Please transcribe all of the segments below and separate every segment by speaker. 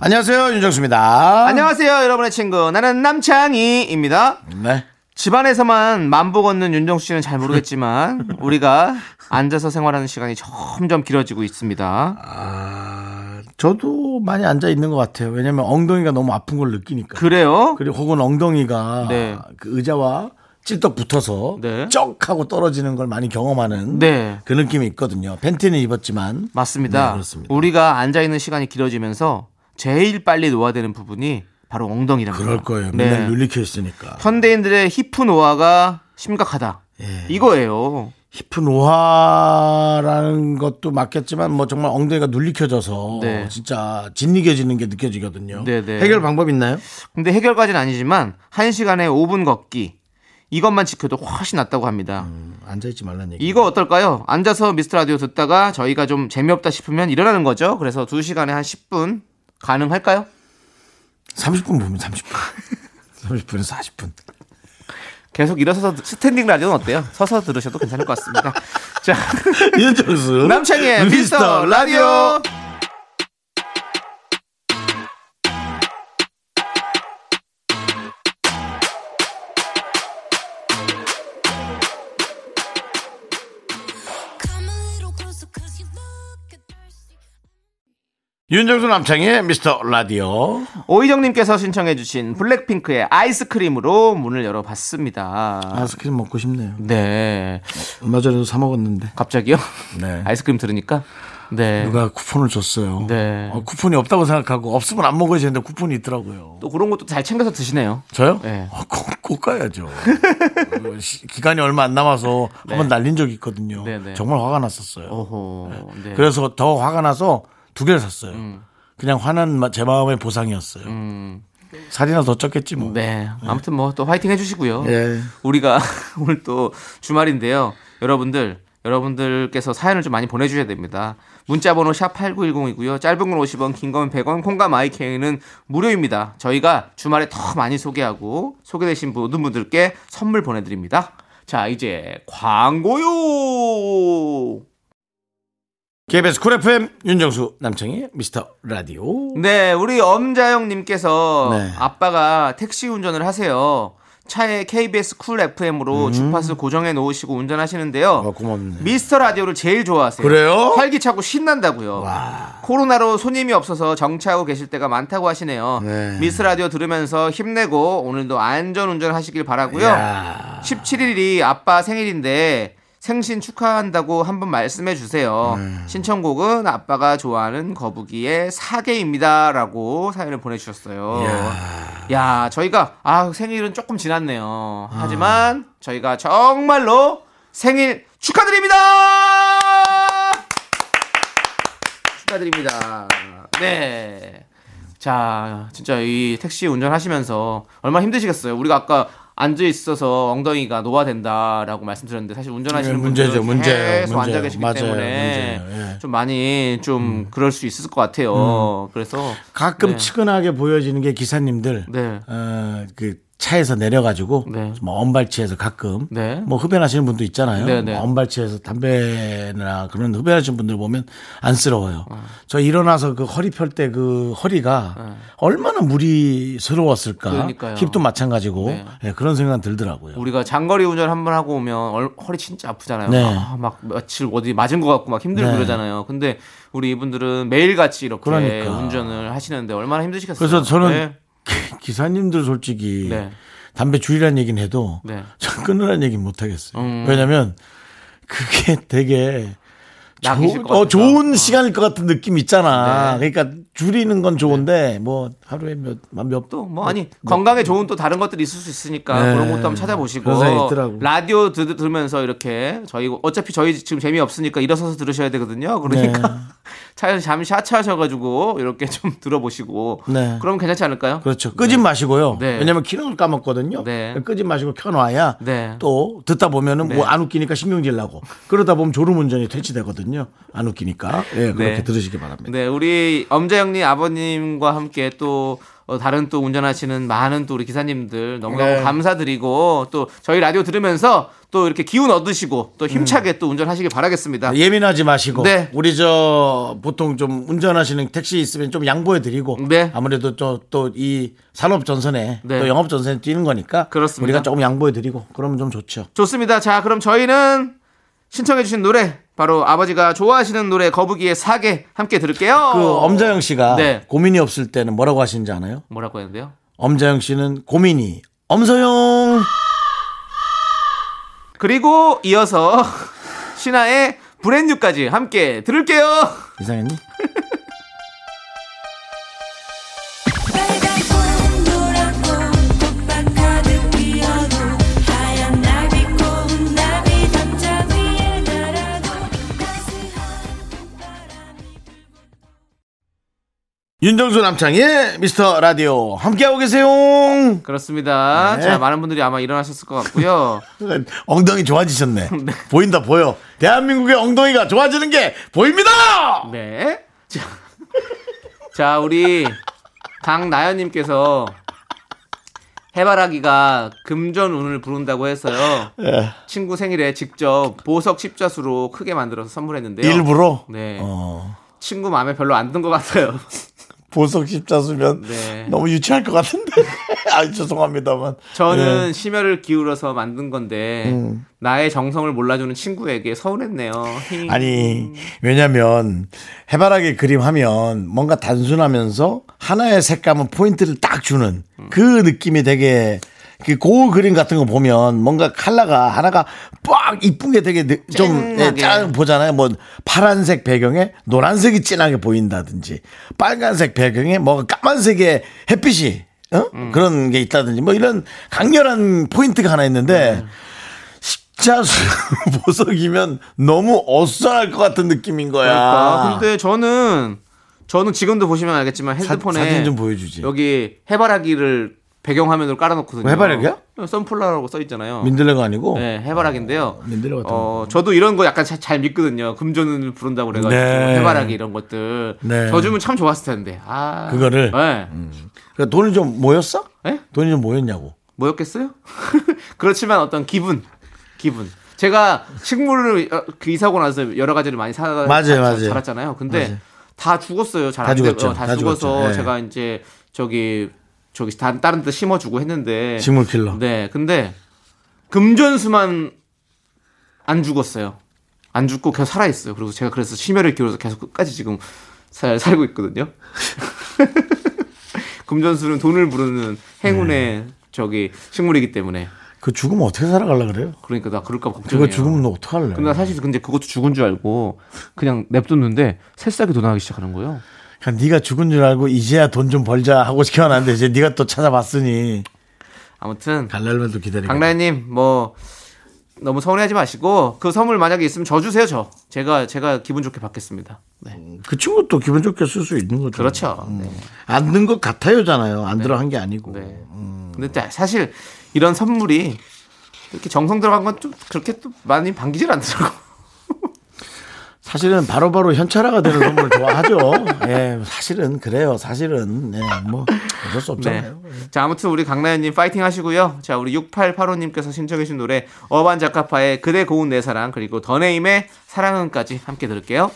Speaker 1: 안녕하세요 윤정수입니다.
Speaker 2: 안녕하세요, 여러분의 친구. 나는 남창희입니다.
Speaker 1: 네.
Speaker 2: 집안에서만 만보 걷는 윤정수 씨는 잘 모르겠지만, 우리가 앉아서 생활하는 시간이 점점 길어지고 있습니다.
Speaker 1: 저도 많이 앉아 있는 것 같아요. 왜냐면 엉덩이가 너무 아픈 걸 느끼니까.
Speaker 2: 그래요?
Speaker 1: 그리고 혹은 엉덩이가
Speaker 2: 네.
Speaker 1: 그 의자와 찔떡 붙어서
Speaker 2: 네.
Speaker 1: 쩍 하고 떨어지는 걸 많이 경험하는
Speaker 2: 네.
Speaker 1: 그 느낌이 있거든요. 팬티는 입었지만 네,
Speaker 2: 맞습니다.
Speaker 1: 그렇습니다.
Speaker 2: 우리가 앉아있는 시간이 길어지면서 제일 빨리 노화되는 부분이 바로 엉덩이랍니다.
Speaker 1: 그럴 거예요.
Speaker 2: 네.
Speaker 1: 맨날 눌리켜 있으니까.
Speaker 2: 현대인들의 히프 노화가 심각하다.
Speaker 1: 예.
Speaker 2: 이거예요.
Speaker 1: 히프 노화라는 것도 맞겠지만 뭐 정말 엉덩이가 눌리켜져서
Speaker 2: 네.
Speaker 1: 진짜 짓이겨지는 게 느껴지거든요.
Speaker 2: 네, 네.
Speaker 1: 해결 방법 있나요?
Speaker 2: 근데 해결까지는 아니지만 1시간에 5분 걷기 이것만 지켜도 훨씬 낫다고
Speaker 1: 음.
Speaker 2: 합니다.
Speaker 1: 앉아 있지 말란 얘기.
Speaker 2: 이거 어떨까요? 앉아서 미스터 라디오 듣다가 저희가 좀 재미없다 싶으면 일어나는 거죠. 그래서 2시간에 한 10분 가능할까요?
Speaker 1: 30분 보면 30분. 30분에서 40분.
Speaker 2: 계속 일어서서 스탠딩 라디오는 어때요? 서서 들으셔도 괜찮을 것 같습니다. 자,
Speaker 1: 윤정수
Speaker 2: 남창희의 미스터 라디오.
Speaker 3: Come a little closer, cause you look thirsty.
Speaker 1: 윤정수 남창희의 미스터 라디오.
Speaker 2: 오희정님께서 신청해주신 블랙핑크의 아이스크림으로 문을 열어봤습니다.
Speaker 1: 아이스크림 먹고 싶네요.
Speaker 2: 네.
Speaker 1: 얼마 전에도 사 먹었는데.
Speaker 2: 갑자기요?
Speaker 1: 네.
Speaker 2: 아이스크림 들으니까? 네.
Speaker 1: 누가 쿠폰을 줬어요.
Speaker 2: 네.
Speaker 1: 어, 쿠폰이 없다고 생각하고 없으면 안 먹어야 되는데 쿠폰이 있더라고요.
Speaker 2: 또 그런 것도 잘 챙겨서 드시네요.
Speaker 1: 저요?
Speaker 2: 네.
Speaker 1: 어, 꼭, 꼭 가야죠. 어, 시- 기간이 얼마 안 남아서 한번 날린 적이 있거든요.
Speaker 2: 네, 네.
Speaker 1: 정말 화가 났었어요.
Speaker 2: 오호. 네.
Speaker 1: 그래서 더 화가 나서 두 개를 샀어요.
Speaker 2: 음.
Speaker 1: 그냥 화난 마- 제 마음의 보상이었어요. 살이나 더 쪘겠지 뭐.
Speaker 2: 네. 아무튼 뭐 또 화이팅 해주시고요.
Speaker 1: 예.
Speaker 2: 우리가 오늘 또 주말인데요. 여러분들, 여러분들께서 사연을 좀 많이 보내주셔야 됩니다. 문자번호 샵8910이고요. 짧은 건 50원, 긴 건 100원, 콩과 마이케이는 무료입니다. 저희가 주말에 더 많이 소개하고 소개되신 모든 분들께 선물 보내드립니다. 자, 이제 광고요!
Speaker 1: KBS 쿨 FM 윤정수 남창희 미스터 라디오.
Speaker 2: 네, 우리 엄자영님께서
Speaker 1: 네.
Speaker 2: 아빠가 택시 운전을 하세요. 차에 KBS 쿨 FM으로 주파수 고정해 놓으시고 운전하시는데요.
Speaker 1: 어, 음. 고맙네.
Speaker 2: 미스터 라디오를 제일 좋아하세요.
Speaker 1: 그래요?
Speaker 2: 활기차고 신난다고요.
Speaker 1: 와.
Speaker 2: 코로나로 손님이 없어서 정차하고 계실 때가 많다고 하시네요.
Speaker 1: 네.
Speaker 2: 미스 라디오 들으면서 힘내고 오늘도 안전 운전하시길 바라고요.
Speaker 1: 야.
Speaker 2: 17일이 아빠 생일인데 생신 축하한다고 한번 말씀해 주세요. 신청곡은 아빠가 좋아하는 거북이의 사계입니다라고 사연을 보내주셨어요. 야. 저희가 아 생일은 조금
Speaker 1: 아.
Speaker 2: 지났네요. 하지만 저희가 정말로 생일 축하드립니다. 축하드립니다. 네. 자, 진짜 이 택시 운전하시면서 얼마나 힘드시겠어요. 우리가 아까 앉아 있어서 엉덩이가 노화된다라고 말씀드렸는데 사실 운전하시는
Speaker 1: 예, 문제죠,
Speaker 2: 분들
Speaker 1: 문제예요,
Speaker 2: 계속
Speaker 1: 문제예요.
Speaker 2: 앉아 계시기
Speaker 1: 맞아요,
Speaker 2: 때문에
Speaker 1: 문제예요, 음. 예.
Speaker 2: 좀 많이 좀 그럴 수 있을 것 같아요. 그래서
Speaker 1: 가끔
Speaker 2: 네.
Speaker 1: 측은하게 보여지는 게 기사님들
Speaker 2: 네.
Speaker 1: 어, 그 차에서 내려가지고
Speaker 2: 네.
Speaker 1: 뭐 언발치에서 가끔
Speaker 2: 네.
Speaker 1: 뭐 흡연하시는 분도 있잖아요.
Speaker 2: 네, 네.
Speaker 1: 뭐 언발치에서 담배나 그런 흡연하시는 분들 보면 안쓰러워요.
Speaker 2: 어.
Speaker 1: 저 일어나서 그 허리 펼 때 그 허리가 얼마나 무리스러웠을까.
Speaker 2: 네. 그러니까요.
Speaker 1: 힙도 마찬가지고
Speaker 2: 네.
Speaker 1: 예, 그런 생각 들더라고요.
Speaker 2: 우리가 장거리 운전 한 번 하고 오면 얼- 허리 진짜 아프잖아요.
Speaker 1: 네.
Speaker 2: 아, 막 며칠 어디 맞은 것 같고 막 힘들고
Speaker 1: 네.
Speaker 2: 그러잖아요. 근데 우리 이분들은 매일같이 이렇게
Speaker 1: 그러니까.
Speaker 2: 운전을 하시는데 얼마나 힘드시겠어요.
Speaker 1: 그래서 저는
Speaker 2: 네.
Speaker 1: 기사님들 솔직히
Speaker 2: 네.
Speaker 1: 담배 줄이라는 얘기는 해도
Speaker 2: 네.
Speaker 1: 전 끊으라는 얘기는 못 하겠어요.
Speaker 2: 음.
Speaker 1: 왜냐면 그게 되게
Speaker 2: 낙이실
Speaker 1: 좋은-
Speaker 2: 것 같아서. 네.
Speaker 1: 어, 좋은
Speaker 2: 어.
Speaker 1: 시간일 것 같은 느낌 있잖아. 그러니까 줄이는
Speaker 2: 네.
Speaker 1: 건 좋은데 뭐 하루에 몇몇
Speaker 2: 또 뭐 아니 건강에 좋은 또 다른 것들이 있을 수 있으니까
Speaker 1: 네.
Speaker 2: 그런 것도 한번 찾아보시고
Speaker 1: 그런 생각이 있더라고.
Speaker 2: 라디오 드,
Speaker 1: 네.
Speaker 2: 들으면서 이렇게 저희 어차피 저희 지금 재미 없으니까 일어서서 들으셔야 되거든요. 그러니까 차에서 잠시 하차하셔가지고 이렇게 좀 들어보시고
Speaker 1: 네.
Speaker 2: 그러면 괜찮지 않을까요?
Speaker 1: 그렇죠. 끄진 마시고요.
Speaker 2: 네.
Speaker 1: 왜냐면 기능을 까먹거든요.
Speaker 2: 네.
Speaker 1: 끄진 마시고 켜놔야
Speaker 2: 네.
Speaker 1: 또 듣다 보면은
Speaker 2: 네.
Speaker 1: 뭐 안 웃기니까 신경질 나고 그러다 보면 졸음운전이 퇴치되거든요. 안 웃기니까. 예, 그렇게
Speaker 2: 네.
Speaker 1: 들으시기 바랍니다.
Speaker 2: 네, 우리 엄자영님 아버님과 함께 또 어, 다른 또 운전하시는 많은 또 우리 기사님들 너무너무
Speaker 1: 네.
Speaker 2: 감사드리고 또 저희 라디오 들으면서 또 이렇게 기운 얻으시고 또 힘차게 또 운전하시길 바라겠습니다.
Speaker 1: 아, 예민하지 마시고
Speaker 2: 네.
Speaker 1: 우리 저 보통 좀 운전하시는 택시 있으면 좀 양보해 드리고
Speaker 2: 네.
Speaker 1: 아무래도 또 또 이 산업 전선에
Speaker 2: 네.
Speaker 1: 또 영업 전선에 뛰는 거니까
Speaker 2: 그렇습니다.
Speaker 1: 우리가 조금 양보해 드리고 그러면 좀 좋죠.
Speaker 2: 좋습니다. 자, 그럼 저희는 신청해주신 노래 바로 아버지가 좋아하시는 노래 거북이의 사계 함께 들을게요.
Speaker 1: 그 엄자영 씨가
Speaker 2: 어. 네.
Speaker 1: 고민이 없을 때는 뭐라고 하시는지 아나요?
Speaker 2: 뭐라고 했는데요?
Speaker 1: 엄자영 씨는 고민이 엄서영
Speaker 2: 그리고 이어서 신화의 브랜뉴까지 함께 들을게요.
Speaker 1: 이상했니?
Speaker 4: 빨갛고 노랗고 꽃밭 가득 피어도 하얀 나비 꽃 나비 담장 위에 날아도 따스한 봄바람이 불고
Speaker 1: 윤정수 남창의 미스터 라디오 함께하고 계세요.
Speaker 2: 그렇습니다.
Speaker 1: 네.
Speaker 2: 자, 많은 분들이 아마 일어나셨을 것 같고요.
Speaker 1: 엉덩이 좋아지셨네. 보인다 보여. 대한민국의 엉덩이가 좋아지는 게 보입니다.
Speaker 2: 네. 자, 자 우리 강나연님께서 해바라기가 금전운을 부른다고 해서요. 친구 생일에 직접 보석 십자수로 크게 만들어서 선물했는데요.
Speaker 1: 예, 일부러
Speaker 2: 네.
Speaker 1: 어,
Speaker 2: 친구 마음에 별로 안 든 것 같아요.
Speaker 1: 보석 십자수면
Speaker 2: 네.
Speaker 1: 너무 유치할 것 같은데. 아 죄송합니다만. 예.
Speaker 2: 저는
Speaker 1: 네.
Speaker 2: 심혈을 기울여서 만든 건데
Speaker 1: 음.
Speaker 2: 나의 정성을 몰라주는 친구에게 서운했네요. 힝.
Speaker 1: 아니 왜냐면 해바라기 그림 하면 뭔가 단순하면서 하나의 색감은 포인트를 딱 주는 그 느낌이 되게 그 고우 그림 같은 거 보면 뭔가 컬러가 하나가 빡 이쁜 게 되게 느- 좀
Speaker 2: 쨍하게.
Speaker 1: 예, 짠 보잖아요. 뭐 파란색 배경에 노란색이 진하게 보인다든지 빨간색 배경에 뭐 까만색의 햇빛이 어? 그런 게 있다든지 뭐 이런 강렬한 포인트가 하나
Speaker 2: 음.
Speaker 1: 있는데 자수 보석이면 너무 어수선할 것 같은 느낌인 거야.
Speaker 2: 그러니까. 근데 저는 저는 지금도 보시면 알겠지만
Speaker 1: 아. 사-
Speaker 2: 핸드폰에
Speaker 1: 사진 좀 보여주지.
Speaker 2: 여기 해바라기를 배경화면으로 깔아놓거든요. 어,
Speaker 1: 뭐 해바라기야?
Speaker 2: 선플라라고 써 있잖아요.
Speaker 1: 민들레가 아니고.
Speaker 2: 네, 해바라기인데요.
Speaker 1: 어, 민들레 같은
Speaker 2: 어, 저도 이런 거 약간 자- 잘 믿거든요. 금전을 부른다고 그래가지고
Speaker 1: 네.
Speaker 2: 해바라기 이런 것들
Speaker 1: 네.
Speaker 2: 저 주면 참 좋았을 텐데. 아,
Speaker 1: 그거를?
Speaker 2: 네.
Speaker 1: 그러니까 돈이 좀 모였어?
Speaker 2: 네?
Speaker 1: 돈이 좀 모였냐고.
Speaker 2: 뭐였겠어요? 그렇지만 어떤 기분, 기분. 제가 식물을 어, 그 이사고 나서 여러 가지를 많이 사
Speaker 1: 맞아요,
Speaker 2: 자-
Speaker 1: 맞아요.
Speaker 2: 자랐잖아요. 근데
Speaker 1: 맞아요.
Speaker 2: 다 죽었어요. 잘
Speaker 1: 다
Speaker 2: 안 되고.
Speaker 1: 죽었죠.
Speaker 2: 어, 다,
Speaker 1: 다
Speaker 2: 죽어서
Speaker 1: 죽었죠. 예.
Speaker 2: 제가 이제 저기 저기 다, 다른 데 심어주고 했는데
Speaker 1: 식물킬러.
Speaker 2: 네, 근데 금전수만 안 죽었어요. 안 죽고 계속 살아 있어요. 그리고 제가 그래서 심혈을 기울여서 계속 끝까지 지금 살, 살고 있거든요. 금전수는 돈을 부르는 행운의
Speaker 1: 네.
Speaker 2: 저기 식물이기 때문에
Speaker 1: 그 죽으면 어떻게 살아가려 그래요?
Speaker 2: 그러니까 나 그럴까 봐 걱정해요.
Speaker 1: 그거 죽으면 너 어떡할래?
Speaker 2: 근데 나 사실 근데 그것도 죽은 줄 알고 그냥 냅뒀는데 새싹이 돋아나기 시작하는 거예요.
Speaker 1: 그냥 그러니까 네가 죽은 줄 알고 이제야 돈 좀 벌자 하고 시켜놨는데 이제 네가 또 찾아봤으니
Speaker 2: 아무튼
Speaker 1: 갈 날만 또 기다리고.
Speaker 2: 강라님 뭐 너무 서운해하지 마시고 그 선물 만약에 있으면 저 주세요 저. 제가 제가 기분 좋게 받겠습니다. 네.
Speaker 1: 그 친구 또 기분 좋게 쓸 수 있는 거죠.
Speaker 2: 그렇죠.
Speaker 1: 음.
Speaker 2: 네.
Speaker 1: 안 든 것 같아요잖아요. 안 들어 한 게 아니고.
Speaker 2: 네.
Speaker 1: 음.
Speaker 2: 근데 또 사실 이런 선물이 이렇게 정성 들어간 건 좀 그렇게 또 많이 반기질 않더라고.
Speaker 1: 사실은 바로바로 현찰화가 되는 선물 좋아하죠. 예, 사실은 그래요. 사실은 예, 뭐 어쩔 수
Speaker 2: 네.
Speaker 1: 없잖아요.
Speaker 2: 자, 아무튼 우리 강나연님 파이팅 하시고요. 자, 우리 6885님께서 신청해주신 노래 어반 자카파의 그대 고운 내 사랑 그리고 더네임의 사랑은까지 함께 들을게요.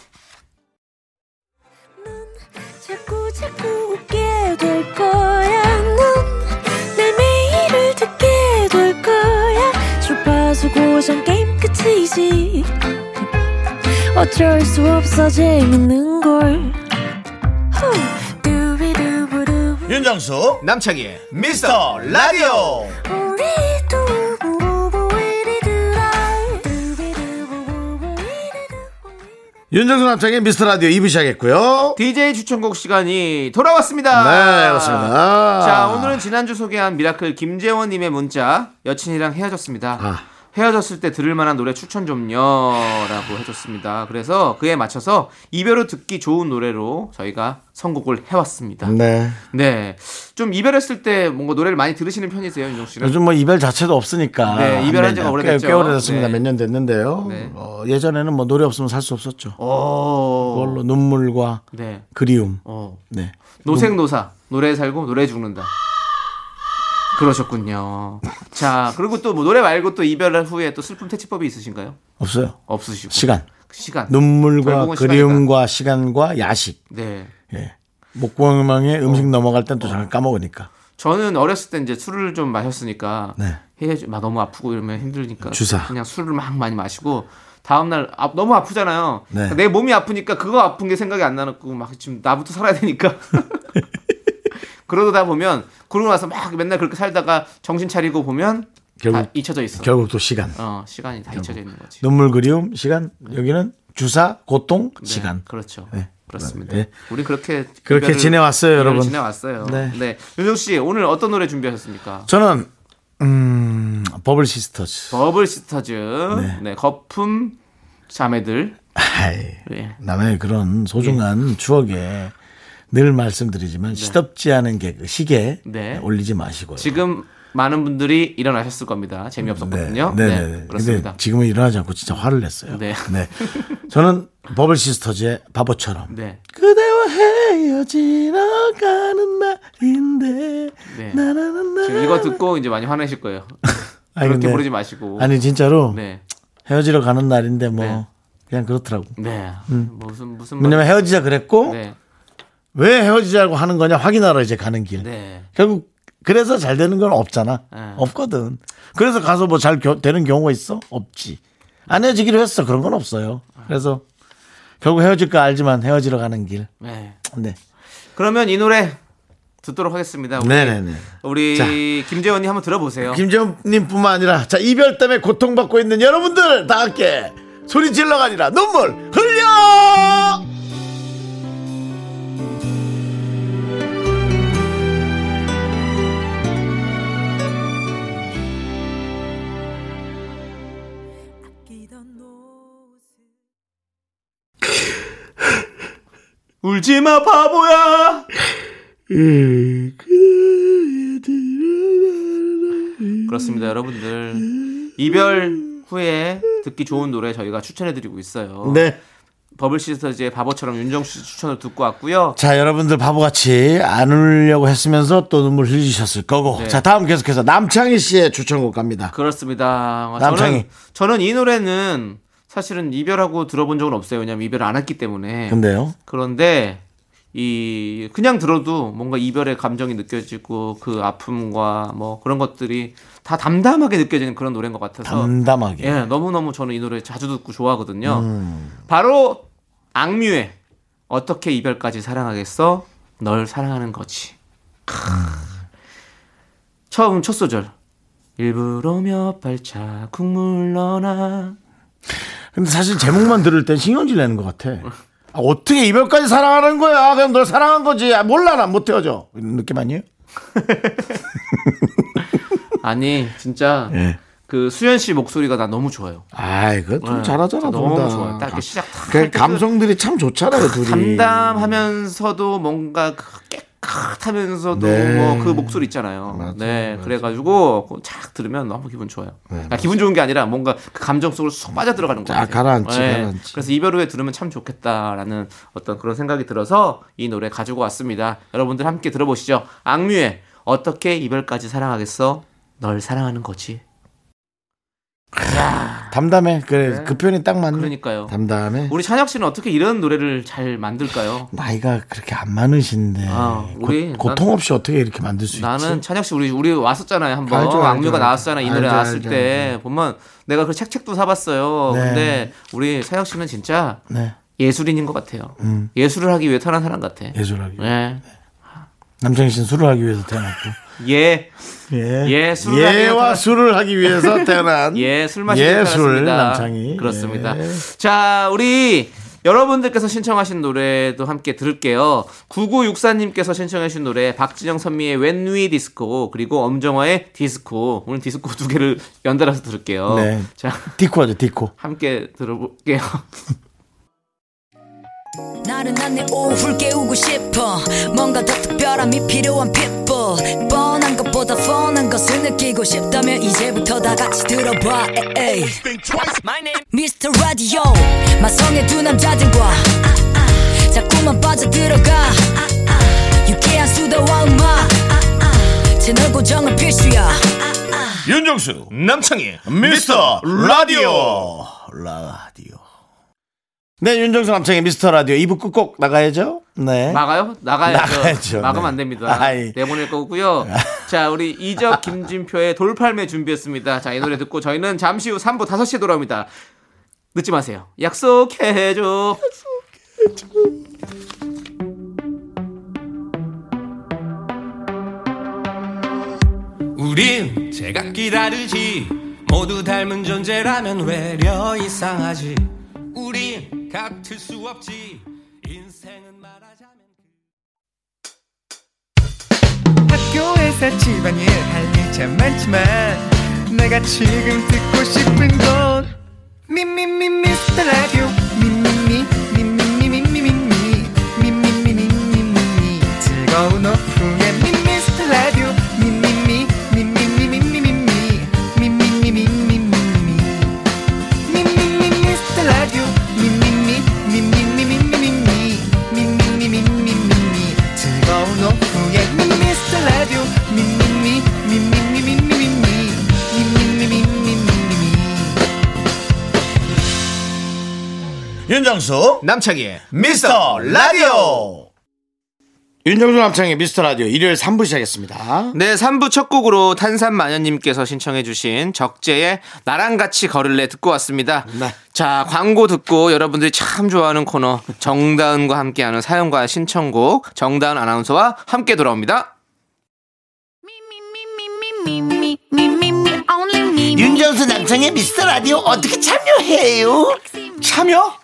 Speaker 4: 자꾸 자꾸 웃게 될 거야. 넌내 매일을 듣게 될 거야. 주파수 고정 게임 끝이지. 어쩔 수 없어 재밌는 걸. 후. 두비두부두.
Speaker 1: 윤정수
Speaker 2: 남창희의
Speaker 1: 미스터 라디오
Speaker 4: 우리 두부부부 우리 두라. 두비두부부부 우리 두부부.
Speaker 1: 윤정수 남창의 미스터 라디오 2부 시작했고요.
Speaker 2: DJ 추천곡 시간이 돌아왔습니다.
Speaker 1: 네, 그렇습니다.
Speaker 2: 자, 오늘은 지난주 소개한 미라클 김재원님의 문자 여친이랑 헤어졌습니다.
Speaker 1: 아.
Speaker 2: 헤어졌을 때 들을 만한 노래 추천 좀요라고 해줬습니다. 그래서 그에 맞춰서 이별 후 듣기 좋은 노래로 저희가 선곡을 해왔습니다.
Speaker 1: 네.
Speaker 2: 네, 좀 이별했을 때 뭔가 노래를 많이 들으시는 편이세요, 윤종 씨는?
Speaker 1: 요즘 뭐 이별 자체도 없으니까.
Speaker 2: 네, 이별한
Speaker 1: 안
Speaker 2: 지가
Speaker 1: 돼. 꽤,
Speaker 2: 오래됐죠.
Speaker 1: 꽤 오래됐습니다.
Speaker 2: 네.
Speaker 1: 몇 년 됐는데요.
Speaker 2: 네.
Speaker 1: 어, 예전에는 뭐 노래 없으면 살 수 없었죠.
Speaker 2: 어,
Speaker 1: 그걸로 눈물과
Speaker 2: 네,
Speaker 1: 그리움.
Speaker 2: 어,
Speaker 1: 네.
Speaker 2: 노생노사 노래 살고 노래 죽는다. 그러셨군요. 자, 그리고 또뭐 노래 말고 또 이별 후에 또 슬픔 퇴치법이 있으신가요?
Speaker 1: 없어요.
Speaker 2: 없으시고
Speaker 1: 시간.
Speaker 2: 시간
Speaker 1: 눈물과
Speaker 2: 결국은
Speaker 1: 그리움과 시간과 야식.
Speaker 2: 네.
Speaker 1: 예. 목구멍에 음식 넘어갈 땐 또 잠깐 까먹으니까.
Speaker 2: 저는 어렸을 때 이제 술을 좀 마셨으니까
Speaker 1: 네.
Speaker 2: 해야지 막 너무 아프고 이러면 힘드니까
Speaker 1: 주사.
Speaker 2: 그냥 술을 막 많이 마시고 다음 날 아, 너무 아프잖아요. 그러니까
Speaker 1: 네.
Speaker 2: 내 몸이 아프니까 그거 아픈 게 생각이 안 나고 막 지금 나부터 살아야 되니까. 그러다 보면 그러고 나서 막 맨날 그렇게 살다가 정신 차리고 보면 다
Speaker 1: 결국-
Speaker 2: 잊혀져 있어.
Speaker 1: 결국 또 시간.
Speaker 2: 어, 시간이 다 잊혀져 있는 거지.
Speaker 1: 눈물, 그리움, 시간. 여기는 주사, 고통, 시간.
Speaker 2: 그렇죠.
Speaker 1: 네.
Speaker 2: 그렇습니다.
Speaker 1: 네.
Speaker 2: 우리 그렇게
Speaker 1: 그렇게
Speaker 2: 이별을-
Speaker 1: 지내왔어요,
Speaker 2: 이별을
Speaker 1: 여러분.
Speaker 2: 지내왔어요.
Speaker 1: 네.
Speaker 2: 네. 윤정 씨 오늘 어떤 노래 준비하셨습니까?
Speaker 1: 저는 음, 버블 시스터즈.
Speaker 2: 버블 시스터즈. 네. 거품 자매들.
Speaker 1: 아이,
Speaker 2: 예.
Speaker 1: 남의 그런
Speaker 2: 네.
Speaker 1: 소중한 추억에 늘 말씀드리지만 시덥지 않은 개그 시계
Speaker 2: 네.
Speaker 1: 올리지 마시고요.
Speaker 2: 지금 많은 분들이 일어나셨을 겁니다. 재미없었거든요.
Speaker 1: 네,
Speaker 2: 네.
Speaker 1: 네, 네.
Speaker 2: 그렇습니다.
Speaker 1: 근데 지금은 일어나지 않고 진짜 화를 냈어요.
Speaker 2: 네.
Speaker 1: 저는 버블 시스터즈의 바보처럼
Speaker 2: 네.
Speaker 1: 그대와 헤어지러 가는 날인데
Speaker 2: 네.
Speaker 1: 나나나나
Speaker 2: 지금 이거 듣고 이제 많이 화내실 거예요.
Speaker 1: 아니,
Speaker 2: 그렇게
Speaker 1: 근데-
Speaker 2: 부르지 마시고.
Speaker 1: 아니 진짜로
Speaker 2: 네.
Speaker 1: 헤어지러 가는 날인데 뭐
Speaker 2: 네.
Speaker 1: 그냥 그렇더라고.
Speaker 2: 네. 무슨 무슨
Speaker 1: 음. 왜냐면 헤어지자
Speaker 2: 말-
Speaker 1: 그랬고
Speaker 2: 네.
Speaker 1: 왜 헤어지자고 하는 거냐 확인하러 이제 가는 길.
Speaker 2: 네.
Speaker 1: 결국 그래서 잘 되는 건 없잖아.
Speaker 2: 네.
Speaker 1: 없거든. 그래서 가서 뭐 잘 되는 경우가 있어? 없지. 안 헤어지기로 했어. 그런 건 없어요. 그래서 결국 헤어질 거 알지만 헤어지러 가는 길.
Speaker 2: 네.
Speaker 1: 네.
Speaker 2: 그러면 이 노래 듣도록 하겠습니다. 우리,
Speaker 1: 네네네.
Speaker 2: 우리
Speaker 1: 자.
Speaker 2: 김재원이 한번 들어보세요.
Speaker 1: 김재훈님뿐만 아니라 자 이별 때문에 고통받고 있는 여러분들 다 함께 소리 질러가니라 눈물 흘려.
Speaker 2: 울지 마 바보야. 그렇습니다, 여러분들. 이별 후에 듣기 좋은 노래 저희가 추천해드리고 있어요.
Speaker 1: 네.
Speaker 2: 버블 시스터즈의 바보처럼 윤정수 씨 추천을 듣고 왔고요.
Speaker 1: 자, 여러분들 바보같이 안 울려고 했으면서 또 눈물 흘리셨을 거고.
Speaker 2: 네.
Speaker 1: 자, 다음 계속해서 남창희 씨의 추천곡 갑니다.
Speaker 2: 그렇습니다. 어,
Speaker 1: 남창희.
Speaker 2: 저는 저는 이 노래는 사실은 이별하고 들어본 적은 없어요. 왜냐면 이별을 안 했기 때문에.
Speaker 1: 근데요.
Speaker 2: 그런데 이 그냥 들어도 뭔가 이별의 감정이 느껴지고 그 아픔과 뭐 그런 것들이 다 담담하게 느껴지는 그런 노래인 것 같아서
Speaker 1: 담담하게.
Speaker 2: 예 너무 너무 저는 이 노래 자주 듣고 좋아하거든요.
Speaker 1: 음.
Speaker 2: 바로 악뮤의 어떻게 이별까지 사랑하겠어 널 사랑하는 거지. 크. 처음 첫 소절 일부러 몇 발짝 국물 넣나
Speaker 1: 근데 사실 제목만 들을 땐 신경질 내는 것 같아.
Speaker 2: 어.
Speaker 1: 아, 어떻게 이별까지 사랑하는 거야? 그냥 널 사랑한 거지. 아, 몰라, 난 못 헤어져. 이런 느낌
Speaker 2: 네.
Speaker 1: 아니에요?
Speaker 2: 아니 진짜
Speaker 1: 예.
Speaker 2: 그 수현 씨 목소리가 나 너무 좋아요.
Speaker 1: 아이, 그거 좀 잘하잖아,
Speaker 2: 너무
Speaker 1: 둘 다.
Speaker 2: 네. 좋아요. 딱 이렇게 시작 탁
Speaker 1: 그
Speaker 2: 할때
Speaker 1: 감성들이 참 좋잖아요, 둘이.
Speaker 2: 담담하면서도 뭔가 그 깨끗하면서도
Speaker 1: 네.
Speaker 2: 뭐 그 목소리 있잖아요.
Speaker 1: 맞아요,
Speaker 2: 네,
Speaker 1: 맞아요. 네,
Speaker 2: 그래가지고 그거 착 들으면 너무 기분 좋아요. 아, 기분 좋은 게 아니라 뭔가 그 감정 속으로 쏙 빠져 들어가는
Speaker 1: 자,
Speaker 2: 거예요.
Speaker 1: 아,
Speaker 2: 네.
Speaker 1: 가라앉지, 가라앉지.
Speaker 2: 그래서 이별 후에 들으면 참 좋겠다라는 어떤 그런 생각이 들어서 이 노래 가지고 왔습니다. 여러분들 함께 들어보시죠. 악뮤의 어떻게 이별까지 사랑하겠어? 널 사랑하는 거지.
Speaker 1: 담담해. 그래, 그 표현이 딱 맞네.
Speaker 2: 그러니까요.
Speaker 1: 담담해.
Speaker 2: 우리 찬혁 씨는 어떻게 이런 노래를 잘 만들까요?
Speaker 1: 나이가 그렇게 안 많으신데
Speaker 2: 아, 우리
Speaker 1: 고, 통 없이 어떻게 이렇게 만들 수
Speaker 2: 나는
Speaker 1: 있지?
Speaker 2: 찬혁 씨 우리 우리 왔었잖아요 한번
Speaker 1: 알죠, 알죠,
Speaker 2: 악뮤가
Speaker 1: 알죠.
Speaker 2: 나왔잖아 이 노래
Speaker 1: 알죠,
Speaker 2: 나왔을
Speaker 1: 알죠,
Speaker 2: 때 보면 내가 그 책책도 사봤어요.
Speaker 1: 네.
Speaker 2: 근데 우리 찬혁 씨는 진짜
Speaker 1: 네,
Speaker 2: 예술인인 것 같아요. 예술을 하기 위해 태어난 사람 같아.
Speaker 1: 음. 예술하기. 위해.
Speaker 2: 예.
Speaker 1: 남창희 씨는 술을 하기 위해서 태어났고.
Speaker 2: 예.
Speaker 1: 예.
Speaker 2: 예, 술을 하기 위해서
Speaker 1: 와
Speaker 2: 태어났-
Speaker 1: 술을 하기 위해서 태어난.
Speaker 2: 예, 술 마시는
Speaker 1: 예술
Speaker 2: 사람입니다.
Speaker 1: 남창희.
Speaker 2: 그렇습니다.
Speaker 1: 예.
Speaker 2: 자, 우리 여러분들께서 신청하신 노래도 함께 들을게요. 9964님께서 신청하신 노래 박진영 선미의 When We Disco 그리고 엄정화의 디스코 오늘 디스코 두 개를 연달아서 들을게요.
Speaker 1: 네.
Speaker 2: 자
Speaker 1: 디코 하죠, 디코.
Speaker 2: 함께 들어볼게요.
Speaker 5: 나른한 내 오후를 깨우고 싶어 뭔가 더 특별함이 필요한 people 뻔한 것보다 뻔한 것을 느끼고 싶다면 이제부터 다 같이 들어봐 에이. Mr. Radio 마성의 두 남자들과 자꾸만 빠져들어가 유쾌한 수다와 음악 채널 고정은 필수야
Speaker 1: 윤정수, 남창희, 미스터 어, 라디오. 라디오. 네, 윤정수, 남창희, 미스터 라디오. 2부 끝곡 나가야죠? 네.
Speaker 2: 나가요? 나가야죠.
Speaker 1: 나가야죠.
Speaker 2: 나가면
Speaker 1: 네.
Speaker 2: 안 됩니다.
Speaker 1: 아이.
Speaker 2: 내보낼 거고요. 자, 우리 이적 김진표의 돌팔매 준비했습니다. 자, 이 노래 듣고 저희는 잠시 후 3부 5시에 돌아옵니다. 늦지 마세요. 약속해줘.
Speaker 6: 우린 제각기 다르지 모두 닮은 존재라면 외려 이상하지 우린 같을 수 없지 인생은 말하자면
Speaker 7: 학교에서 집안일 할 일 참 많지만 내가 지금 듣고 싶은 건 미미미 미스터 라디오 미미미 미미미 미미미 미미미 미미미 즐거운 오후에 미스터 라디오 미미미 미미미 미미미 미미미 미미미
Speaker 1: 윤정수,
Speaker 6: 남창희의
Speaker 1: 미스터 라디오. 윤정수, 남창희, 미스터 라디오. 일요일 3부 시작했습니다.
Speaker 2: 네, 3부 첫 곡으로 탄산마녀님께서 신청해주신 적재의 나랑 같이 걸을래 듣고 왔습니다.
Speaker 1: 네.
Speaker 2: 자, 광고 듣고 여러분들이 참 좋아하는 코너 정다은과 함께하는 사연과 신청곡 정다은 아나운서와 함께 돌아옵니다.
Speaker 1: 윤정수, 남창희, 미스터 라디오 어떻게 참여해요? 참여?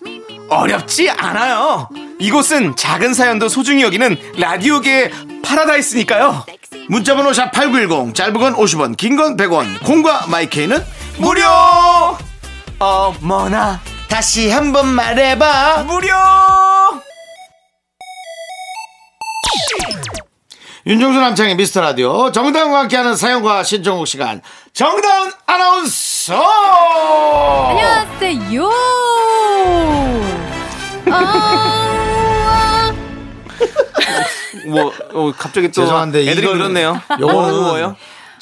Speaker 2: 어렵지 않아요. 이곳은 작은 사연도 소중히 여기는 라디오계의 파라다이스니까요.
Speaker 1: 문자번호 샵8910 짧은 건 50원 긴 건 100원 콩과 마이케이는 무료
Speaker 2: 어머나,
Speaker 1: 다시 한번 말해봐
Speaker 2: 무료!
Speaker 1: 윤종수 남창의 미스터라디오 정다운과 함께하는 사연과 신청곡 시간 정다운 아나운서
Speaker 8: 안녕하세요. 아,
Speaker 2: 뭐, 어, 갑자기 또
Speaker 1: 죄송한데
Speaker 2: 애들이
Speaker 1: 이거는-
Speaker 2: 늘었네요. 어,
Speaker 1: 요거는
Speaker 2: 뭐예요?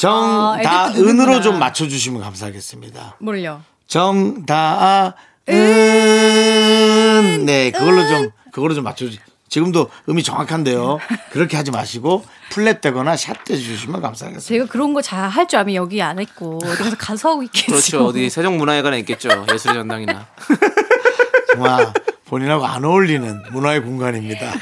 Speaker 8: 아, 애들
Speaker 1: 정다은으로
Speaker 8: 듣는구나.
Speaker 1: 좀 맞춰주시면 감사하겠습니다
Speaker 8: 뭘요?
Speaker 1: 정다은 네 그걸로 좀 그걸로 좀 맞춰주 지금도 음이 정확한데요 그렇게 하지 마시고 플랫되거나 샷 해주시면 감사하겠습니다
Speaker 8: 제가 그런 거 잘 할 줄 알면 여기 안 했고 어디 가서 가서 하고 있겠죠.
Speaker 2: 그렇죠. 어디 세종문화회관에 있겠죠. 예술의 전당이나.
Speaker 1: 정말 본인하고 안 어울리는 문화의 공간입니다.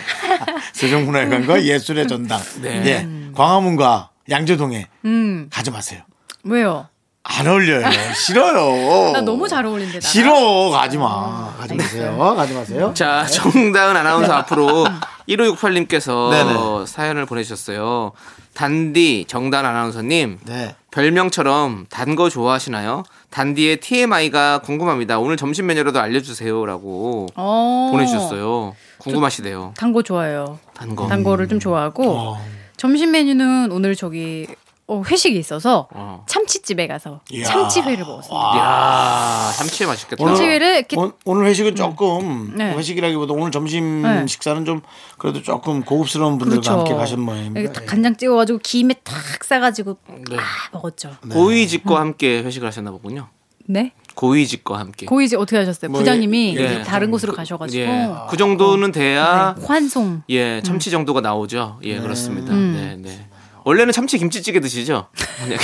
Speaker 1: 세종문화회관과 예술의 전당.
Speaker 2: 네.
Speaker 1: 예, 광화문과 양재동에
Speaker 8: 음.
Speaker 1: 가지 마세요.
Speaker 8: 왜요?
Speaker 1: 안 어울려요. 싫어요.
Speaker 8: 나 너무 잘 어울린데. 나랑.
Speaker 1: 싫어. 가지 마. 가지 마세요. 가지 마세요.
Speaker 2: 자, 정다은 아나운서 앞으로 1568님께서
Speaker 1: 네네.
Speaker 2: 사연을 보내주셨어요. 단디 정다은 아나운서님.
Speaker 1: 네.
Speaker 2: 별명처럼 단 거 좋아하시나요? 단디의 TMI가 궁금합니다. 오늘 점심 메뉴라도 알려주세요라고
Speaker 8: 어.
Speaker 2: 보내주셨어요. 궁금하시대요.
Speaker 8: 단거 좋아해요.
Speaker 2: 단 거.
Speaker 8: 단 거를 좀 좋아하고 점심 메뉴는 오늘 저기 어, 회식이 있어서
Speaker 2: 어.
Speaker 8: 참치집에 가서
Speaker 1: 이야. 아.
Speaker 8: 참치회를 먹었어요.
Speaker 2: 이야, 아, 참치에 맛있겠다.
Speaker 8: 참치회를 이렇게 음.
Speaker 1: 오- 오늘 회식은 조금
Speaker 8: 네.
Speaker 1: 회식이라기보다 오늘 점심
Speaker 8: 네.
Speaker 1: 식사는 좀 그래도 조금 고급스러운 분들과
Speaker 8: 그렇죠.
Speaker 1: 함께 가신 모양입니다.
Speaker 8: 이렇게 딱 간장 찍어가지고 김에 탁 싸가지고 아 먹었죠.
Speaker 2: 고위직과 함께 회식을 하셨나 보군요.
Speaker 8: 네?
Speaker 2: 고위직과 함께.
Speaker 8: 고이지 어떻게 하셨어요?
Speaker 1: 뭐,
Speaker 8: 부장님이
Speaker 2: 예,
Speaker 8: 여기 다른 곳으로 가셔가지고 아,
Speaker 2: 예, 그 정도는 돼야
Speaker 8: 네, 환송.
Speaker 2: 예 참치 정도가 나오죠. 예 그렇습니다. 네
Speaker 8: 음.
Speaker 2: 네. 원래는 참치 김치찌개 드시죠? 그냥-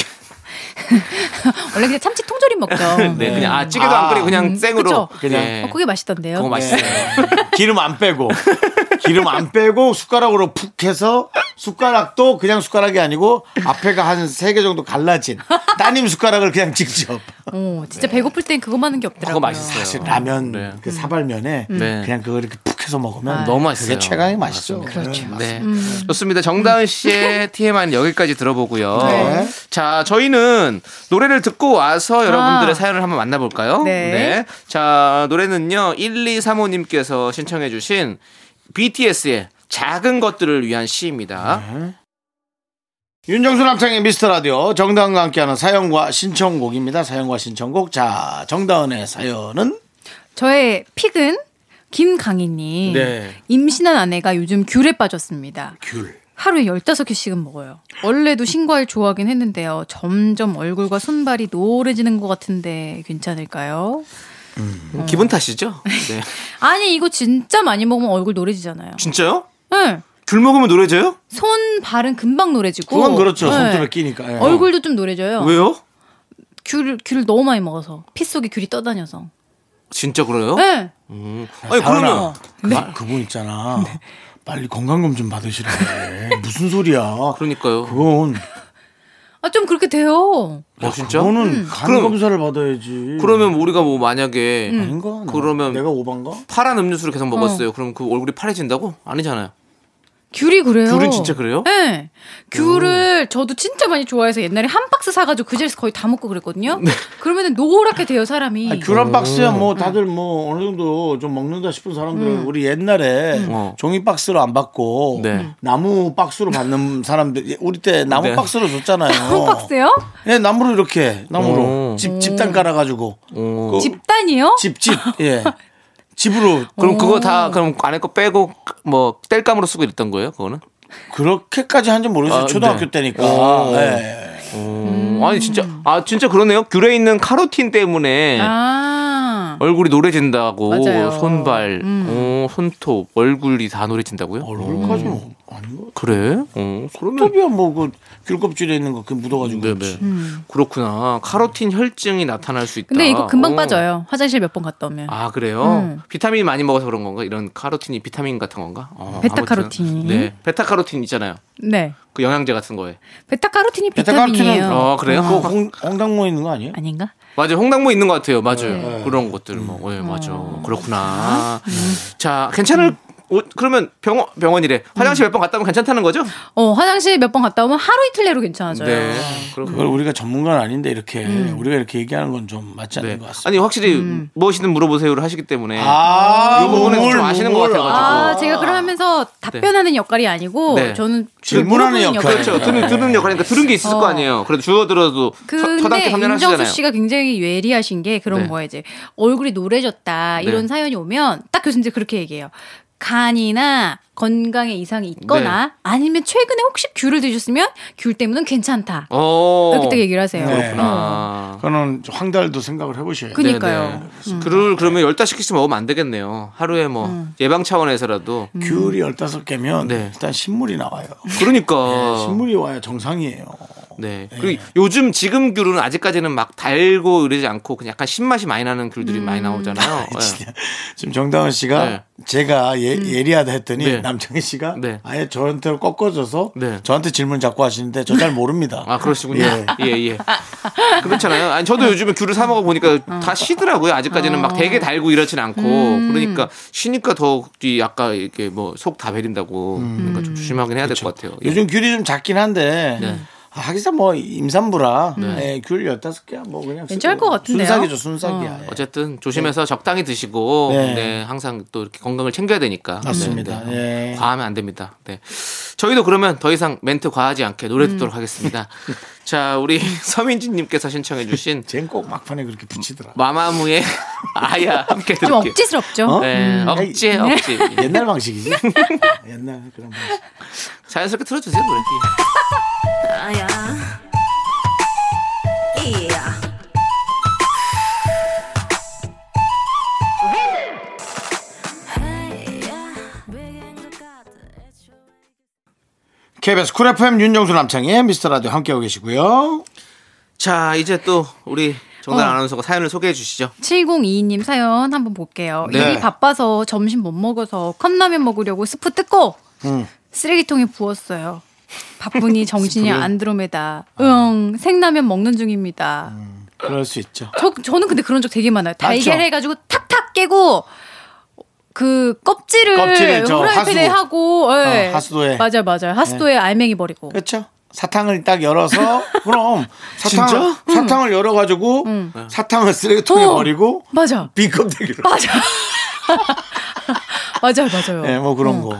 Speaker 8: 원래 그냥 참치 통조림 먹죠.
Speaker 2: 네, 그냥 아 찌개도 안 끓이고 그냥 생으로
Speaker 8: 음, 그쵸?
Speaker 1: 그냥.
Speaker 2: 예,
Speaker 8: 어, 그게 네. 맛있던데요.
Speaker 2: 그거 맛있어요.
Speaker 1: 예. 기름 안 빼고 기름 안 빼고 숟가락으로 푹 해서 숟가락도 그냥 숟가락이 아니고 앞에가 한 세 개 정도 갈라진 따님 숟가락을 그냥 직접
Speaker 8: 어, 진짜 배고플 땐 그것만 한게 없더라고요.
Speaker 2: 네. 그거 맛있어요.
Speaker 1: 사실 라면
Speaker 2: 네.
Speaker 1: 그 사발면에
Speaker 2: 네.
Speaker 1: 그냥 그걸 이렇게 푹 해서 먹으면
Speaker 8: 아,
Speaker 2: 너무 맛있어요.
Speaker 1: 그게 최강의 맛이죠.
Speaker 8: 그렇죠.
Speaker 2: 네. 좋습니다. 정다은 씨의 TMI는 여기까지 들어보고요.
Speaker 1: 네.
Speaker 2: 자, 저희는 노래를 듣고 와서 여러분들의 사연을 한번 만나볼까요?
Speaker 8: 아. 네.
Speaker 2: 자, 노래는요, 1235님께서 신청해주신 BTS의 작은 것들을 위한 시입니다.
Speaker 1: 윤정수 남창의 미스터 라디오 정다은과 함께하는 사연과 신청곡입니다. 사연과 신청곡. 자, 정다은의 사연은
Speaker 8: 저의 픽은 김강희님.
Speaker 1: 네.
Speaker 8: 임신한 아내가 요즘 귤에 빠졌습니다.
Speaker 1: 귤.
Speaker 8: 하루에 15개씩은 먹어요. 원래도 신과일 좋아하긴 했는데요. 점점 얼굴과 손발이 노래지는 것 같은데 괜찮을까요?
Speaker 2: 음, 기분 탓이죠? 네.
Speaker 8: 아니 이거 진짜 많이 먹으면 얼굴 노래지잖아요. 네.
Speaker 2: 진짜요?
Speaker 8: 응.
Speaker 2: 귤 먹으면 노래져요?
Speaker 8: 손 발은 금방 노래지고.
Speaker 1: 그건 그렇죠.
Speaker 8: 네.
Speaker 1: 손톱에 끼니까. 예.
Speaker 8: 얼굴도 좀 노래져요.
Speaker 2: 왜요?
Speaker 8: 귤 귤을 너무 많이 먹어서 피 속에 귤이 떠다녀서.
Speaker 2: 진짜 그래요?
Speaker 8: 네.
Speaker 2: 아니, 그러면.
Speaker 1: 그, 그분 있잖아. 빨리 건강검진 받으시라고. 무슨 소리야.
Speaker 2: 그러니까요.
Speaker 1: 그건 아,
Speaker 8: 아 좀 그렇게 돼요.
Speaker 2: 어, 진짜?
Speaker 1: 그거는
Speaker 8: 음.
Speaker 1: 간
Speaker 2: 그럼-
Speaker 1: 검사를 받아야지.
Speaker 2: 그러면 우리가 뭐 만약에
Speaker 8: 음.
Speaker 1: 아닌가? 나-
Speaker 2: 그러면-
Speaker 1: 내가 오반가?
Speaker 2: 파란 음료수를 계속 먹었어요. 그럼 그 얼굴이 파래진다고? 아니잖아요.
Speaker 8: 귤이 그래요.
Speaker 2: 귤은 진짜 그래요?
Speaker 8: 네. 귤을 저도 진짜 많이 좋아해서 옛날에 한 박스 사가지고 그 자리에서 거의 다 먹고 그랬거든요. 그러면 노랗게 돼요 사람이.
Speaker 2: 음.
Speaker 1: 아, 귤한 박스야 뭐 다들 뭐 어느 정도 좀 먹는다 싶은 사람들은
Speaker 8: 음.
Speaker 1: 우리 옛날에
Speaker 2: 어.
Speaker 1: 종이 박스로 안 받고
Speaker 2: 네.
Speaker 1: 나무 박스로 받는 사람들 예, 우리 때 나무
Speaker 2: 네.
Speaker 1: 박스로 줬잖아요.
Speaker 8: 한 박스요? 음.
Speaker 1: 예, 나무로 이렇게 나무로
Speaker 2: 오.
Speaker 1: 집 집단 깔아가지고
Speaker 2: 어.
Speaker 1: 그
Speaker 8: 집단이요?
Speaker 1: 집집 예 집으로
Speaker 8: 어.
Speaker 2: 그럼 그거 다 그럼 안에 거 빼고 뭐 뗄감으로 쓰고 이랬던 거예요? 그거는?
Speaker 1: 그렇게까지 한지 모르겠어요.
Speaker 2: 아,
Speaker 1: 초등학교
Speaker 2: 네.
Speaker 1: 때니까.
Speaker 2: 오.
Speaker 1: 예.
Speaker 8: 음.
Speaker 2: 아니 진짜 아 진짜 그러네요. 귤에 있는 카로틴 때문에
Speaker 8: 아.
Speaker 2: 얼굴이 노래진다고
Speaker 8: 맞아요. 음.
Speaker 2: 손발, 어, 손톱, 얼굴이 다 노래진다고요? 음.
Speaker 1: 얼굴까지는 아닌 것.
Speaker 2: 그래? 어, 그러면
Speaker 1: 토비야 뭐그 귤껍질에 있는 거 그 묻어가지고.
Speaker 2: 네,
Speaker 1: 그렇지.
Speaker 2: 네. 그렇구나. 카로틴 혈증이 나타날 수 있다.
Speaker 8: 음. 근데 이거 금방
Speaker 2: 어.
Speaker 8: 빠져요. 화장실 몇 번 갔다 오면.
Speaker 2: 아 그래요?
Speaker 8: 음.
Speaker 2: 비타민 많이 먹어서 그런 건가? 이런 카로틴이 비타민 같은 건가? 어,
Speaker 8: 베타카로틴.
Speaker 2: 아무튼. 네, 베타카로틴 있잖아요.
Speaker 8: 네.
Speaker 2: 그 영양제 같은 거에.
Speaker 8: 베타카로틴이
Speaker 1: 베타카로틴은
Speaker 8: 비타민이에요.
Speaker 2: 어 그래요?
Speaker 1: 그거 홍, 홍당무에 있는 거 아니에요?
Speaker 8: 아닌가?
Speaker 2: 맞아요. 홍당무 있는 것 같아요. 맞아요.
Speaker 8: 네.
Speaker 2: 그런 것들
Speaker 8: 음.
Speaker 2: 뭐. 예, 맞아. 그렇구나. 자, 괜찮을
Speaker 8: 음.
Speaker 2: 오, 그러면 병원 병원이래. 화장실 몇 번 갔다 오면 괜찮다는 거죠?
Speaker 8: 어, 화장실 몇 번 갔다 오면 하루 이틀 내로 괜찮아져요.
Speaker 2: 네. 그럼
Speaker 1: 그걸 우리가 전문가는 아닌데 이렇게
Speaker 8: 음.
Speaker 1: 우리가 이렇게 얘기하는 건 좀 맞지 않는
Speaker 2: 네.
Speaker 1: 것 같습니다.
Speaker 2: 아니 확실히 무엇이든 물어보세요를 하시기 때문에
Speaker 1: 아,
Speaker 2: 이 부분은
Speaker 1: 몸을,
Speaker 2: 좀 아시는 것
Speaker 1: 몸을.
Speaker 2: 같아가지고.
Speaker 8: 아, 제가 그러면서 답변하는 역할이
Speaker 2: 어.
Speaker 8: 아니고
Speaker 2: 네.
Speaker 8: 저는 주로
Speaker 1: 질문하는
Speaker 8: 물어보는
Speaker 1: 역할.
Speaker 2: 그렇죠.
Speaker 1: 네.
Speaker 2: 듣는, 듣는 역할이니까 들은 게 있을
Speaker 8: 어.
Speaker 2: 거 아니에요. 그래도 주어 들어도 서-
Speaker 8: 근데
Speaker 2: 서당대
Speaker 8: 윤정수
Speaker 2: 감면하시잖아요.
Speaker 8: 씨가 굉장히 예리하신 게 그런
Speaker 2: 네.
Speaker 8: 거예요. 이제 얼굴이 노래졌다 이런
Speaker 2: 네.
Speaker 8: 사연이 오면 딱 교수님들 그렇게 얘기해요. 간이나 건강에 이상이
Speaker 2: 네.
Speaker 8: 있거나 아니면 최근에 혹시 귤을 드셨으면 귤 때문은 괜찮다.
Speaker 2: 어.
Speaker 8: 이렇게 딱 얘기를 하세요.
Speaker 1: 네.
Speaker 2: 아.
Speaker 1: 그거는 황달도 생각을 해보셔야 돼요.
Speaker 8: 그니까요. 음.
Speaker 2: 그를 그러면 15개씩 먹으면 안 되겠네요. 하루에 뭐 예방 차원에서라도.
Speaker 8: 음.
Speaker 1: 귤이 15개면
Speaker 2: 네.
Speaker 1: 일단 신물이 나와요. 네,
Speaker 2: 그러니까.
Speaker 1: 신물이 와야 정상이에요.
Speaker 2: 네. 그리고 요즘 지금 귤은 아직까지는 막 달고 이러지 않고 그냥 약간 신맛이 많이 나는
Speaker 8: 음.
Speaker 2: 귤들이 많이 나오잖아요. 네.
Speaker 1: 지금 정다은 씨가
Speaker 2: 네.
Speaker 1: 제가 예,
Speaker 8: 음.
Speaker 1: 예리하다 했더니
Speaker 2: 네.
Speaker 1: 남창희 씨가
Speaker 2: 네.
Speaker 1: 아예 저한테로 꺾어져서
Speaker 2: 네.
Speaker 1: 저한테 질문 자꾸 하시는데 저 잘 모릅니다.
Speaker 2: 아 그러시군요.
Speaker 1: 예.
Speaker 2: 예예. 그렇잖아요. 아니 저도 요즘에 귤을 사 먹어 보니까
Speaker 8: 음.
Speaker 2: 다 시더라고요. 아직까지는
Speaker 8: 어.
Speaker 2: 막 되게 달고 이러진 않고 그러니까 시니까 더이 아까 이렇게 뭐 속 다 베린다고 그러니까 좀 조심하긴 해야 될 것 같아요. 예.
Speaker 1: 요즘 귤이 좀 작긴 한데 아, 하기사 뭐 임산부라 예, 귤 15개야 뭐 그냥
Speaker 8: 괜찮을 것 같은데요?
Speaker 1: 순삭이죠 순삭이야.
Speaker 8: 네.
Speaker 1: 예.
Speaker 2: 어쨌든 조심해서 적당히 드시고
Speaker 1: 네.
Speaker 2: 네. 항상 또 이렇게 건강을 챙겨야 되니까
Speaker 1: 맞습니다.
Speaker 2: 네, 네.
Speaker 1: 예.
Speaker 2: 과하면 안 됩니다. 네. 저희도 그러면 더 이상 멘트 과하지 않게
Speaker 8: 음.
Speaker 2: 노래 듣도록 하겠습니다. 자 우리 서민진님께서 신청해주신
Speaker 1: 쟨 꼭 막판에 그렇게 붙이더라.
Speaker 2: 마마무의 아야 함께
Speaker 8: 좀
Speaker 2: 들을게요.
Speaker 8: 억지스럽죠. 음.
Speaker 2: 네, 억지 억지. 네.
Speaker 1: 옛날 방식이지. 옛날 그런 방식.
Speaker 2: 자연스럽게 틀어주세요 노래. 네.
Speaker 5: 아야 이야
Speaker 1: KBS 쿨 FM 윤정수 남창의 미스터 라디오 함께하고 계시고요.
Speaker 2: 자 이제 또 우리 정단
Speaker 8: 어.
Speaker 2: 아나운서가 사연을 소개해 주시죠.
Speaker 8: 7022님 사연 한번 볼게요.
Speaker 1: 네.
Speaker 8: 일이 바빠서 점심 못 먹어서 컵라면 먹으려고 스프 뜯고 쓰레기통에 부었어요.
Speaker 1: 아.
Speaker 8: 바쁘니 정신이 안드로메다. 응, 생라면 먹는 중입니다.
Speaker 1: 그럴 수 있죠.
Speaker 8: 저, 저는 근데 그런 적 되게 많아요. 달걀
Speaker 1: 음. 많죠.
Speaker 8: 해가지고 탁탁 깨고 그 껍질을
Speaker 1: 껍질을 저
Speaker 8: 후라이팬에
Speaker 1: 하수.
Speaker 8: 하고 예.
Speaker 1: 어, 하수도에. 네.
Speaker 8: 맞아 맞아 하수도에 알맹이 버리고
Speaker 1: 그렇죠? 사탕을 딱 열어서 그럼 사탕
Speaker 2: 진짜?
Speaker 1: 사탕을 열어 가지고 사탕을 쓰레기통에
Speaker 8: 어.
Speaker 1: 버리고
Speaker 8: 맞아
Speaker 1: 빈 껍데기로.
Speaker 8: 맞아 맞아요 맞아요.
Speaker 1: 네, 뭐 그런 거.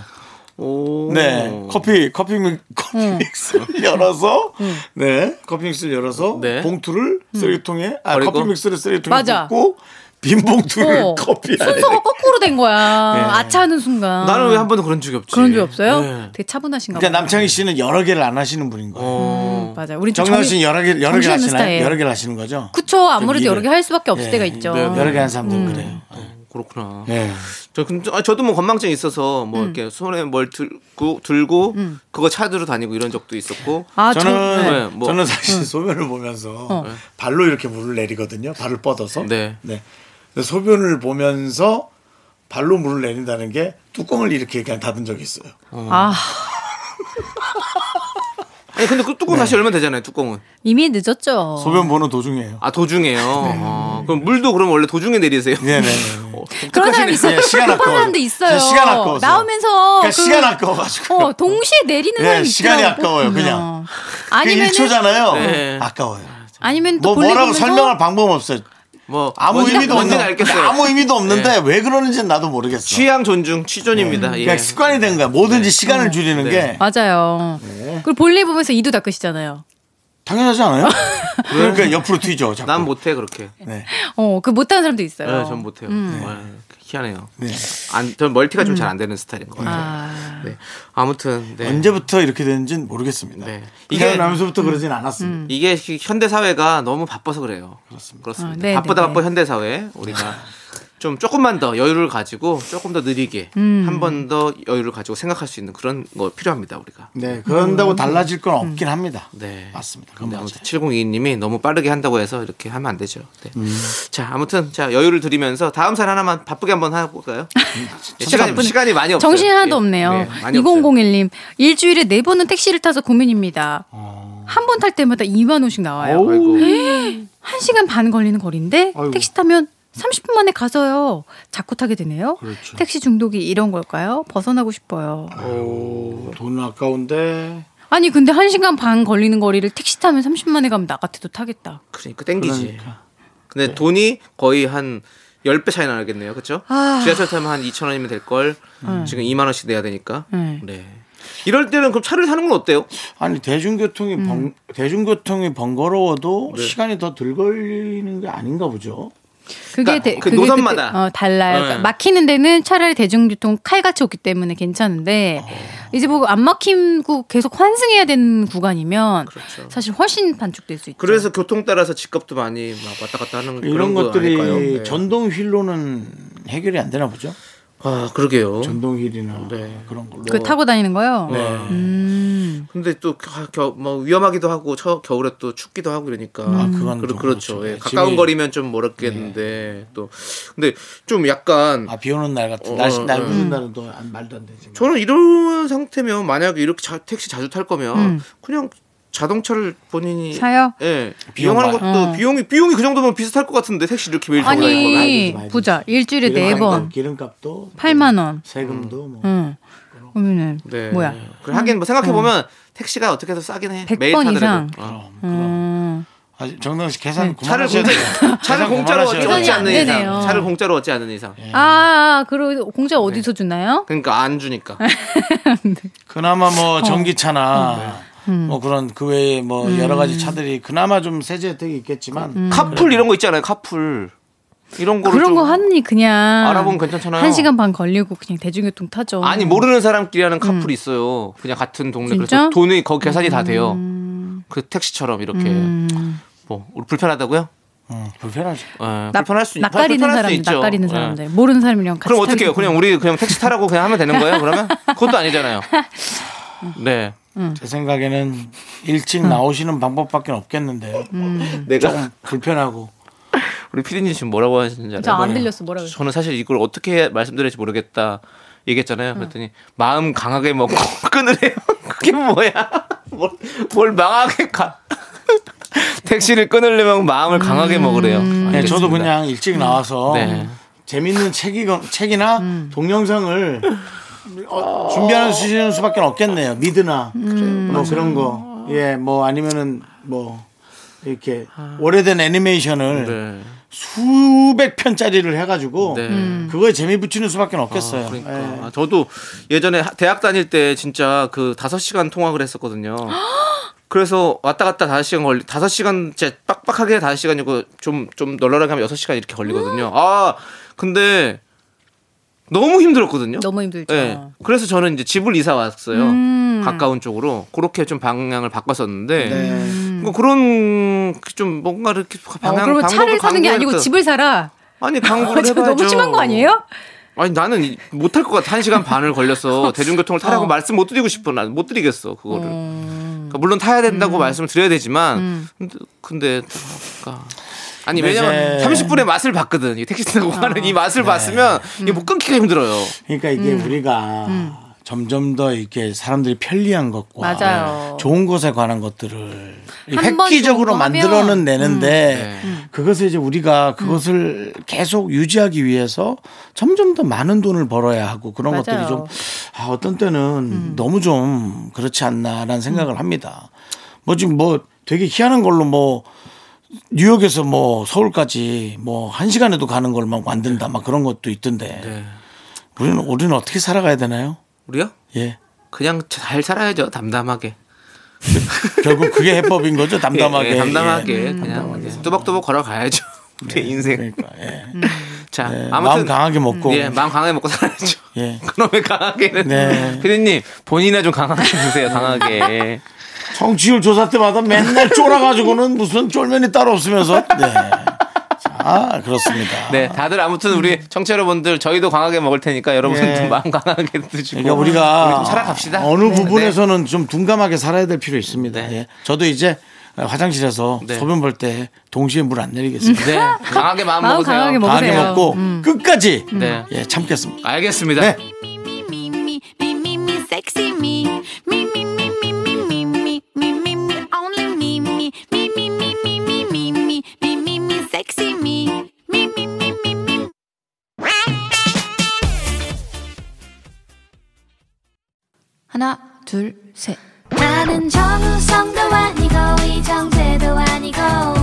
Speaker 2: 오.
Speaker 1: 네, 커피 커피 믹- 커피
Speaker 8: 음.
Speaker 1: 믹스를 열어서 네 커피 믹스를 열어서
Speaker 2: 네.
Speaker 1: 봉투를 쓰레기통에 아
Speaker 2: 버리고.
Speaker 1: 커피 믹스를 쓰레기통에
Speaker 8: 음. 맞아.
Speaker 1: 붓고 빈 봉투를
Speaker 8: 어,
Speaker 1: 커피 네. 안에
Speaker 8: 순서가 거꾸로 된 거야. 아차하는 순간.
Speaker 2: 나는 왜 한 번도 그런 적이 없지?
Speaker 8: 그런 적 없어요?
Speaker 2: 네.
Speaker 8: 되게 차분하신가 봐요. 음,
Speaker 1: 그러니까 남창희 씨는 여러 개를 안 하시는 분인 거예요.
Speaker 2: 어.
Speaker 8: 맞아요. 우린 좀
Speaker 1: 정남
Speaker 8: 정리-
Speaker 1: 씨는 여러 개 여러 개
Speaker 8: 정신없는
Speaker 1: 하시나요?
Speaker 8: 스타일.
Speaker 1: 여러 개를 하시는 거죠?
Speaker 8: 그쵸. 음. 아무래도
Speaker 1: 일을-
Speaker 8: 여러 개 할 수밖에 없을
Speaker 1: 예.
Speaker 8: 때가 있죠.
Speaker 2: 네,
Speaker 1: 여러 개 하는 사람들은 그래요.
Speaker 2: 그렇구나.
Speaker 8: 네.
Speaker 1: 예.
Speaker 2: 저 근데 아, 저도 뭐 건망증 이 있어서 뭐
Speaker 8: 음.
Speaker 2: 이렇게 손에 뭘 들고 들고 그거 차들어 다니고 이런 적도 있었고.
Speaker 8: 아, 저-
Speaker 1: 저는
Speaker 8: 네.
Speaker 2: 네, 뭐. 어.
Speaker 1: 저는 사실 소변을 보면서 발로 이렇게 물을 내리거든요. 발을 뻗어서.
Speaker 2: 네.
Speaker 1: 근데 소변을 보면서 발로 물을 내린다는 게 뚜껑을 이렇게 그냥 닫은 적이 있어요.
Speaker 8: 아,
Speaker 2: 아니 근데 그 뚜껑
Speaker 1: 네.
Speaker 2: 다시 열면 되잖아요. 뚜껑은.
Speaker 8: 이미 늦었죠.
Speaker 1: 소변 보는 도중이에요.
Speaker 2: 아 도중에요. 아, 그럼 물도 그럼 원래 도중에 내리세요.
Speaker 1: 네. 네네.
Speaker 2: 어,
Speaker 8: 그런 사람이
Speaker 2: 독특하시네요.
Speaker 8: 있어요.
Speaker 1: 예, 시간
Speaker 8: 급한
Speaker 1: 아까워요.
Speaker 8: 사람도
Speaker 1: 진짜
Speaker 8: 있어요.
Speaker 1: 시간 아까워서.
Speaker 8: 나오면서
Speaker 1: 그러니까
Speaker 8: 그-
Speaker 1: 시간 아까워가지고.
Speaker 8: 어, 동시에 내리는
Speaker 1: 예,
Speaker 8: 사람이
Speaker 1: 시간이
Speaker 8: 있더라고,
Speaker 1: 아까워요,
Speaker 8: 보면.
Speaker 1: 그냥. 그
Speaker 8: 아니면
Speaker 1: 1초잖아요.
Speaker 2: 네.
Speaker 1: 아까워요.
Speaker 8: 아니면 또
Speaker 1: 뭐
Speaker 8: 볼일
Speaker 1: 뭐라고
Speaker 8: 보면서
Speaker 1: 설명할 방법 없어요.
Speaker 2: 뭐
Speaker 1: 아무
Speaker 2: 뭔지-
Speaker 1: 의미도
Speaker 2: 뭔지는
Speaker 1: 없는
Speaker 2: 알겠어요.
Speaker 1: 아무 의미도 없는데 왜 그러는지는 나도 모르겠어. 음.
Speaker 2: 취향 존중 취존입니다. 예.
Speaker 1: 그냥 네. 습관이 된 거야. 뭐든지 시간을 줄이는
Speaker 2: 네.
Speaker 1: 게
Speaker 8: 맞아요.
Speaker 1: 네.
Speaker 8: 그리고 볼일 보면서 이도 닦으시잖아요.
Speaker 1: 당연하지 않아요? 그러니까 옆으로 튀죠. 자꾸.
Speaker 2: 난 뭐- 못해 그렇게.
Speaker 8: 어, 그 못하는 사람도 있어요.
Speaker 2: 네, 전 못해요.
Speaker 8: 음.
Speaker 2: 네. 희한해요.
Speaker 1: 네.
Speaker 2: 안, 전 멀티가 좀 잘 안 되는 스타일인 것 같아요.
Speaker 8: 아,
Speaker 2: 네. 아무튼 네.
Speaker 1: 언제부터 이렇게 되는지는 모르겠습니다.
Speaker 2: 네.
Speaker 1: 이게
Speaker 2: 이게-
Speaker 1: 태어나면서부터 그러진 않았습니다.
Speaker 2: 음. 이게 현대 사회가 너무 바빠서 그래요. 그렇습니다. 아.
Speaker 8: 아, 네,
Speaker 2: 바쁘다
Speaker 8: 네,
Speaker 2: 바빠 현대 사회 우리가 좀 조금만 더 여유를 가지고 조금 더 느리게
Speaker 8: 음.
Speaker 2: 한 번 더 여유를 가지고 생각할 수 있는 그런 거 필요합니다 우리가.
Speaker 1: 네, 그런다고 달라질 건 없긴 합니다.
Speaker 2: 음. 네.
Speaker 1: 맞습니다. 그건
Speaker 2: 근데
Speaker 1: 맞아요.
Speaker 2: 아무튼 7022님이 너무 빠르게 한다고 해서 이렇게 하면 안 되죠. 네. 자 아무튼 자 여유를 드리면서 다음 사연 하나만 바쁘게 한번 해볼까요? 예, 시간이, 시간이 많이 없어요.
Speaker 8: 정신 하나도
Speaker 2: 예.
Speaker 8: 없네요.
Speaker 2: 네, 많이 없어요.
Speaker 8: 2001님 일주일에 네 번은 택시를 타서 고민입니다.
Speaker 2: 어.
Speaker 8: 한 번 탈 때마다 2만 원씩 나와요.
Speaker 2: 아이고.
Speaker 8: 한 시간 반 걸리는 거리인데 택시 타면 30분 만에 가서요. 자꾸 타게 되네요.
Speaker 2: 그렇죠.
Speaker 8: 택시 중독이 이런 걸까요? 벗어나고 싶어요.
Speaker 1: 오, 돈 아까운데
Speaker 8: 아니 근데 한 시간 반 걸리는 거리를 택시 타면 30분 만에 가면 나 같아도 타겠다.
Speaker 2: 그러니까 땡기지. 근데
Speaker 1: 네.
Speaker 2: 돈이 거의 한 10배 차이 나겠네요. 그렇죠?
Speaker 8: 아. 음.
Speaker 2: 지하철 타면 한 2천 원이면 될 걸. 지금 2만 원씩 내야 되니까.
Speaker 8: 네.
Speaker 2: 네. 이럴 때는 그럼 차를 사는 건 어때요?
Speaker 1: 아니 대중교통이 번 대중교통이 번거로워도
Speaker 2: 네.
Speaker 1: 시간이 더 덜 걸리는 게 아닌가 보죠.
Speaker 8: 그게
Speaker 2: 그러니까
Speaker 8: 대-
Speaker 2: 그
Speaker 8: 그게
Speaker 2: 노선마다.
Speaker 8: 그때- 어, 달라요. 그러니까
Speaker 2: 네.
Speaker 8: 막히는 데는 차라리 대중교통 칼같이 오기 때문에 괜찮은데 이제 보고 안 막히고 계속 환승해야 되는 구간이면
Speaker 2: 그렇죠.
Speaker 8: 사실 훨씬 반축될 수 있죠.
Speaker 2: 그래서 교통 따라서 집값도 많이 막 왔다 갔다 하는
Speaker 1: 이런
Speaker 2: 그런 거
Speaker 1: 것들이
Speaker 2: 아닐까요? 네.
Speaker 1: 전동 휠로는 해결이 안 되나 보죠.
Speaker 2: 아, 그러게요.
Speaker 1: 전동 휠이나
Speaker 2: 네.
Speaker 1: 그런 걸로.
Speaker 8: 그 타고 다니는 거요.
Speaker 2: 네.
Speaker 8: 음.
Speaker 2: 근데 또뭐 위험하기도 하고 저 겨울에 또 춥기도 하고 그러니까
Speaker 1: 아,
Speaker 8: 음.
Speaker 1: 그건
Speaker 2: 그렇-
Speaker 1: 좀
Speaker 2: 그렇죠.
Speaker 1: 그렇죠.
Speaker 2: 예,
Speaker 1: 네,
Speaker 2: 가까운
Speaker 1: 짐이- 네.
Speaker 2: 거리면 좀 멀었겠는데 또 근데 좀 약간
Speaker 1: 아, 비 오는 날 같은
Speaker 2: 어,
Speaker 1: 날,
Speaker 2: 어,
Speaker 1: 날
Speaker 2: 어.
Speaker 1: 무슨 날은 또 안- 말도 안 되지.
Speaker 2: 저는 이런 상태면 만약에 이렇게 자- 택시 자주 탈 거면 그냥 자동차를 본인이
Speaker 8: 음. 사요? 어.
Speaker 2: 예
Speaker 1: 비용
Speaker 2: 이용하는
Speaker 1: 많이-
Speaker 2: 것도 비용이 비용이 그 정도면 비슷할 것 같은데 택시 이렇게 매일 타고 다니는 거면
Speaker 8: 아니 네.
Speaker 1: 많이
Speaker 8: 보자 일주일에 네
Speaker 1: 기름값,
Speaker 8: 번,
Speaker 1: 기름값도
Speaker 8: 8만 원.
Speaker 1: 세금도 뭐.
Speaker 8: 응. 그러면은
Speaker 2: 네.
Speaker 8: 뭐야?
Speaker 2: 그래, 하긴 뭐 생각해 보면 택시가 어떻게 해서 싸긴 해
Speaker 8: 100번
Speaker 2: 매일 타더라도
Speaker 8: 이상.
Speaker 2: 어.
Speaker 1: 그럼, 그럼.
Speaker 8: 음.
Speaker 1: 아, 정당 씨 계산
Speaker 2: 네, 차를
Speaker 1: 그만하셔야
Speaker 2: 공짜
Speaker 1: 돼요.
Speaker 2: 차를
Speaker 1: 계산 그만하셔야
Speaker 2: 공짜로
Speaker 1: 돼요.
Speaker 2: 얻지
Speaker 8: 계산이
Speaker 2: 않는
Speaker 8: 안 되네요.
Speaker 2: 이상 차를 공짜로 얻지 않는 이상
Speaker 1: 예.
Speaker 8: 아, 그리고
Speaker 2: 네.
Speaker 8: 공짜 어디서 주나요?
Speaker 2: 그러니까 안 주니까
Speaker 1: 그나마
Speaker 2: 어.
Speaker 1: 뭐 전기차나
Speaker 2: 음.
Speaker 1: 뭐 그런 그 외에 뭐 여러 가지 차들이 그나마 좀 세제 혜택이 있겠지만
Speaker 2: 카풀 이런 거 있잖아요 카풀 이런 거를
Speaker 8: 음. 그런
Speaker 2: 좀
Speaker 8: 거 하니 그냥
Speaker 2: 알아보면 괜찮잖아요.
Speaker 8: 한 시간 반 걸리고 그냥 대중교통 타죠.
Speaker 2: 아니 뭐 모르는 사람끼리 하는 카풀이 있어요. 그냥 같은 동네
Speaker 8: 음. 진짜?
Speaker 2: 그래서
Speaker 8: 음.
Speaker 2: 돈이 거기 계산이 다 돼요. 그 택시처럼 이렇게 뭐 우리 불편하다고요?
Speaker 1: 음, 불편하죠.
Speaker 2: 예,
Speaker 8: 나-
Speaker 2: 불편할 수 있-
Speaker 8: 낯가리는
Speaker 2: 불편할 수
Speaker 8: 사람들,
Speaker 2: 있죠.
Speaker 8: 낯가리는
Speaker 2: 예.
Speaker 8: 사람들, 모르는 사람이랑 같이
Speaker 2: 그럼
Speaker 8: 타기
Speaker 2: 어떻게 해요?
Speaker 8: 좋은데.
Speaker 2: 그냥 우리 그냥 택시 타라고 그냥 하면 되는 거예요? 그러면 그것도 아니잖아요. 네.
Speaker 1: 제 생각에는 일찍 나오시는 방법밖에 없겠는데요.
Speaker 2: 내가
Speaker 1: 조금 불편하고
Speaker 2: 우리 피디님 지금 뭐라고 하시는지
Speaker 8: 저
Speaker 2: 알아요?
Speaker 8: 안 들렸어 뭐라 그랬어.
Speaker 2: 저는 사실 이걸 어떻게 말씀드릴지 모르겠다 얘기했잖아요. 그랬더니 마음 강하게 뭐 먹고 끊으래요. 그게 뭐야? 뭘, 뭘 망하게 가? 택시를 끊으려면 마음을 강하게 먹으래요.
Speaker 1: 네, 저도
Speaker 2: 알겠습니다.
Speaker 1: 그냥 일찍 나와서
Speaker 2: 네.
Speaker 1: 재밌는 책이, 책이나
Speaker 8: 음.
Speaker 1: 동영상을 어, 준비하는 수시는 수밖에 없겠네요. 미드나
Speaker 8: 음.
Speaker 1: 뭐 그런 거. 예, 뭐 아니면은 뭐 이렇게
Speaker 8: 아.
Speaker 1: 오래된 애니메이션을
Speaker 2: 네.
Speaker 1: 수백 편짜리를 해가지고
Speaker 2: 네.
Speaker 8: 음.
Speaker 1: 그거에 재미 붙이는 수밖에 없겠어요.
Speaker 2: 그러니까
Speaker 8: 네.
Speaker 1: 예.
Speaker 2: 아, 저도 예전에 하- 대학 다닐 때 진짜 그 5시간 통학을 했었거든요. 그래서 왔다 갔다 5시간 걸리 5시간째 빡빡하게 5시간이고 좀 좀 널널하게 하면 6시간 이렇게
Speaker 8: 음.
Speaker 2: 걸리거든요. 아, 근데 너무 힘들었거든요.
Speaker 8: 너무 힘들죠. 어, 음.
Speaker 2: 네. 그래서 저는 이제 집을 이사 왔어요. 가까운 쪽으로 그렇게 좀 방향을 바꿨었는데 뭐 그런 좀 뭔가 이렇게
Speaker 8: 음. 어,
Speaker 2: 방향
Speaker 8: 그러면 차를
Speaker 2: 방법을
Speaker 8: 사는 게
Speaker 2: 강구했다.
Speaker 8: 아니고 집을 사라.
Speaker 2: 아니 광고를
Speaker 8: 저
Speaker 2: 해봐야죠.
Speaker 8: 너무 심한 거 아니에요?
Speaker 2: 아니 나는 이- 못할 것 같아. 한 시간 반을 걸려서 대중교통을 타라고
Speaker 8: 어.
Speaker 2: 말씀 못 드리고 싶어. 난 못 드리겠어 그거를.
Speaker 1: 음.
Speaker 2: 그러니까 물론 타야 된다고 말씀을 드려야 되지만 근데- 근데 그러니까. 아니
Speaker 1: 근데
Speaker 2: 왜냐면
Speaker 1: 이제- 아, 네.
Speaker 2: 30분의 맛을 봤거든. 이 택시 타고 가는 이 맛을 봤으면
Speaker 1: 음.
Speaker 2: 이게 뭐 끊기가 힘들어요.
Speaker 1: 그러니까 이게
Speaker 8: 음.
Speaker 1: 우리가 점점 더 이렇게 사람들이 편리한 것과 네.
Speaker 8: 맞아요.
Speaker 1: 좋은 것에 관한 것들을
Speaker 8: 한번
Speaker 1: 획기적으로
Speaker 8: 좋은 거
Speaker 1: 만들어는
Speaker 8: 하면,
Speaker 1: 내는데
Speaker 2: 음. 네.
Speaker 1: 그것을 이제 우리가 그것을 계속 유지하기 위해서 점점 더 많은 돈을 벌어야 하고 그런
Speaker 8: 맞아요.
Speaker 1: 것들이 좀 아, 어떤 때는
Speaker 2: 음.
Speaker 1: 너무 좀 그렇지 않나라는 생각을 합니다. 뭐 지금 뭐 되게 희한한 걸로 뭐 뉴욕에서 뭐 서울까지 뭐 한 시간에도 가는 걸 막 만든다 막 그런 것도 있던데
Speaker 2: 네.
Speaker 1: 우리는 우리는 어떻게 살아가야 되나요?
Speaker 2: 우리요?
Speaker 1: 예.
Speaker 2: 그냥 잘 살아야죠. 담담하게.
Speaker 1: 결국 그게 해법인 거죠. 담담하게.
Speaker 2: 예, 예, 담담하게
Speaker 1: 예.
Speaker 2: 그냥 예, 뚜벅뚜벅 걸어가야죠. 우리 인생.
Speaker 1: 그러니까 예.
Speaker 2: 자,
Speaker 1: 예,
Speaker 2: 음. 아무튼
Speaker 1: 마음 강하게 먹고.
Speaker 2: 예, 마음 강하게 먹고 살아야죠.
Speaker 1: 예.
Speaker 2: 그놈의 강하게는
Speaker 1: 네.
Speaker 2: 피디님 본인이나 좀 강하게 드세요. 강하게.
Speaker 1: 청취율 조사 때마다 맨날 쫄아가지고는 무슨 쫄면이 따로 없으면서. 네. 자 그렇습니다.
Speaker 2: 네, 다들 아무튼 우리 청취 자 여러분들 저희도 강하게 먹을 테니까 여러분들도
Speaker 1: 예.
Speaker 2: 마음 강하게 드시고
Speaker 1: 그러니까 우리가
Speaker 2: 우리 좀 살아갑시다.
Speaker 1: 어느
Speaker 2: 네.
Speaker 1: 부분에서는 좀 둔감하게 살아야 될 필요 있습니다. 예. 저도 이제 화장실에서
Speaker 2: 네.
Speaker 1: 소변 볼 때 동시에 물 안 내리겠습니다.
Speaker 2: 네, 강하게 마음,
Speaker 8: 마음
Speaker 2: 먹으세요. 음.
Speaker 8: 강하게 먹-
Speaker 1: 강하게
Speaker 8: 먹으세요.
Speaker 1: 먹고 끝까지
Speaker 2: 네.
Speaker 1: 예, 참겠습니다.
Speaker 2: 알겠습니다.
Speaker 1: 네.
Speaker 4: me, me, me, me, me, sexy me. Me, me, me, me, me, me, me, me, me, me, only me, me. Me, me, me, me, me, me, me, me, me, me, sexy me. Me, me, me, me, me.
Speaker 8: 하나, 둘, 셋.
Speaker 4: 나는 정우성도 아니고 이정재도 아니고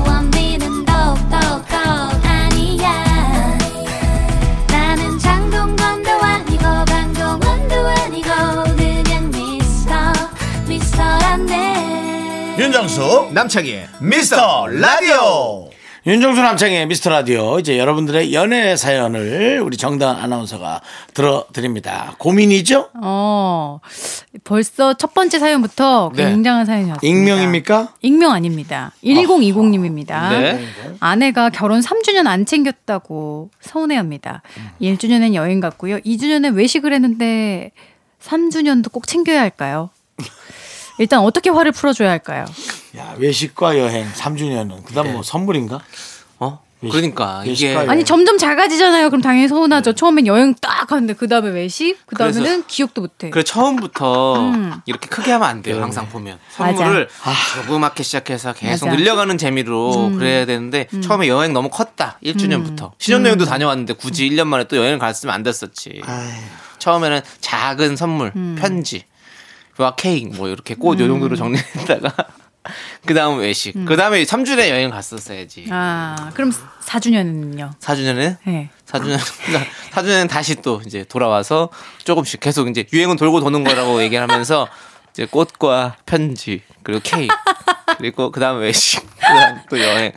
Speaker 4: 원빈은 더욱더 아니야 나는 장동건도 아니고 강동원도 아니고 그냥 미스터 미스터란데
Speaker 1: 윤정수 남창희의 미스터 라디오 윤정수 남창희의 미스터 라디오 이제 여러분들의 연애 사연을 우리 정다은 아나운서가 들어드립니다 고민이죠?
Speaker 8: 어, 벌써 첫 번째 사연부터
Speaker 2: 네.
Speaker 8: 굉장한 사연이 왔습니다.
Speaker 1: 익명입니까?
Speaker 8: 익명 아닙니다. 1020님입니다.
Speaker 2: 네.
Speaker 8: 아내가 결혼 3주년 안 챙겼다고 서운해합니다.
Speaker 2: 음.
Speaker 8: 1주년엔 여행 갔고요. 2주년엔 외식을 했는데 3주년도 꼭 챙겨야 할까요? 일단 어떻게 화를 풀어줘야 할까요?
Speaker 1: 야 외식과 여행 3주년은 그다음 뭐 선물인가?
Speaker 2: 어? 그러니까 이게
Speaker 1: 미식가요.
Speaker 8: 아니 점점 작아지잖아요. 그럼 당연히 서운하죠. 처음엔 여행 딱 하는데 그 다음에 외식, 그 다음에는
Speaker 2: 네. 그래서-
Speaker 8: 기억도 못해.
Speaker 2: 그래 처음부터 이렇게 크게 하면 안
Speaker 1: 네.
Speaker 2: 돼요. 항상 보면 선물을
Speaker 1: 아.
Speaker 2: 조그맣게 시작해서 계속
Speaker 8: 맞아. 음.
Speaker 2: 늘려가는 재미로 그래야 되는데 처음에 여행 너무 컸다. 1주년부터
Speaker 8: 음.
Speaker 2: 신혼여행도 다녀왔는데 굳이 1년 만에 또 여행을 갔으면 안 됐었지.
Speaker 1: 아.
Speaker 2: 처음에는 작은 선물, 편지, 와 케이크 뭐 이렇게 꽃 요 정도로 정리했다가 그 다음 외식, 그 다음에 3주에 여행 갔었어야지.
Speaker 8: 아 그럼 4주년은요?
Speaker 2: 4주년에
Speaker 8: 네.
Speaker 2: 사주년 사주년 다시 또 이제 돌아와서 조금씩 계속 이제 유행은 돌고 도는 거라고 얘기를 하면서 이제 꽃과 편지 그리고 케이크 그리고 그다음 외식 그다음 또 여행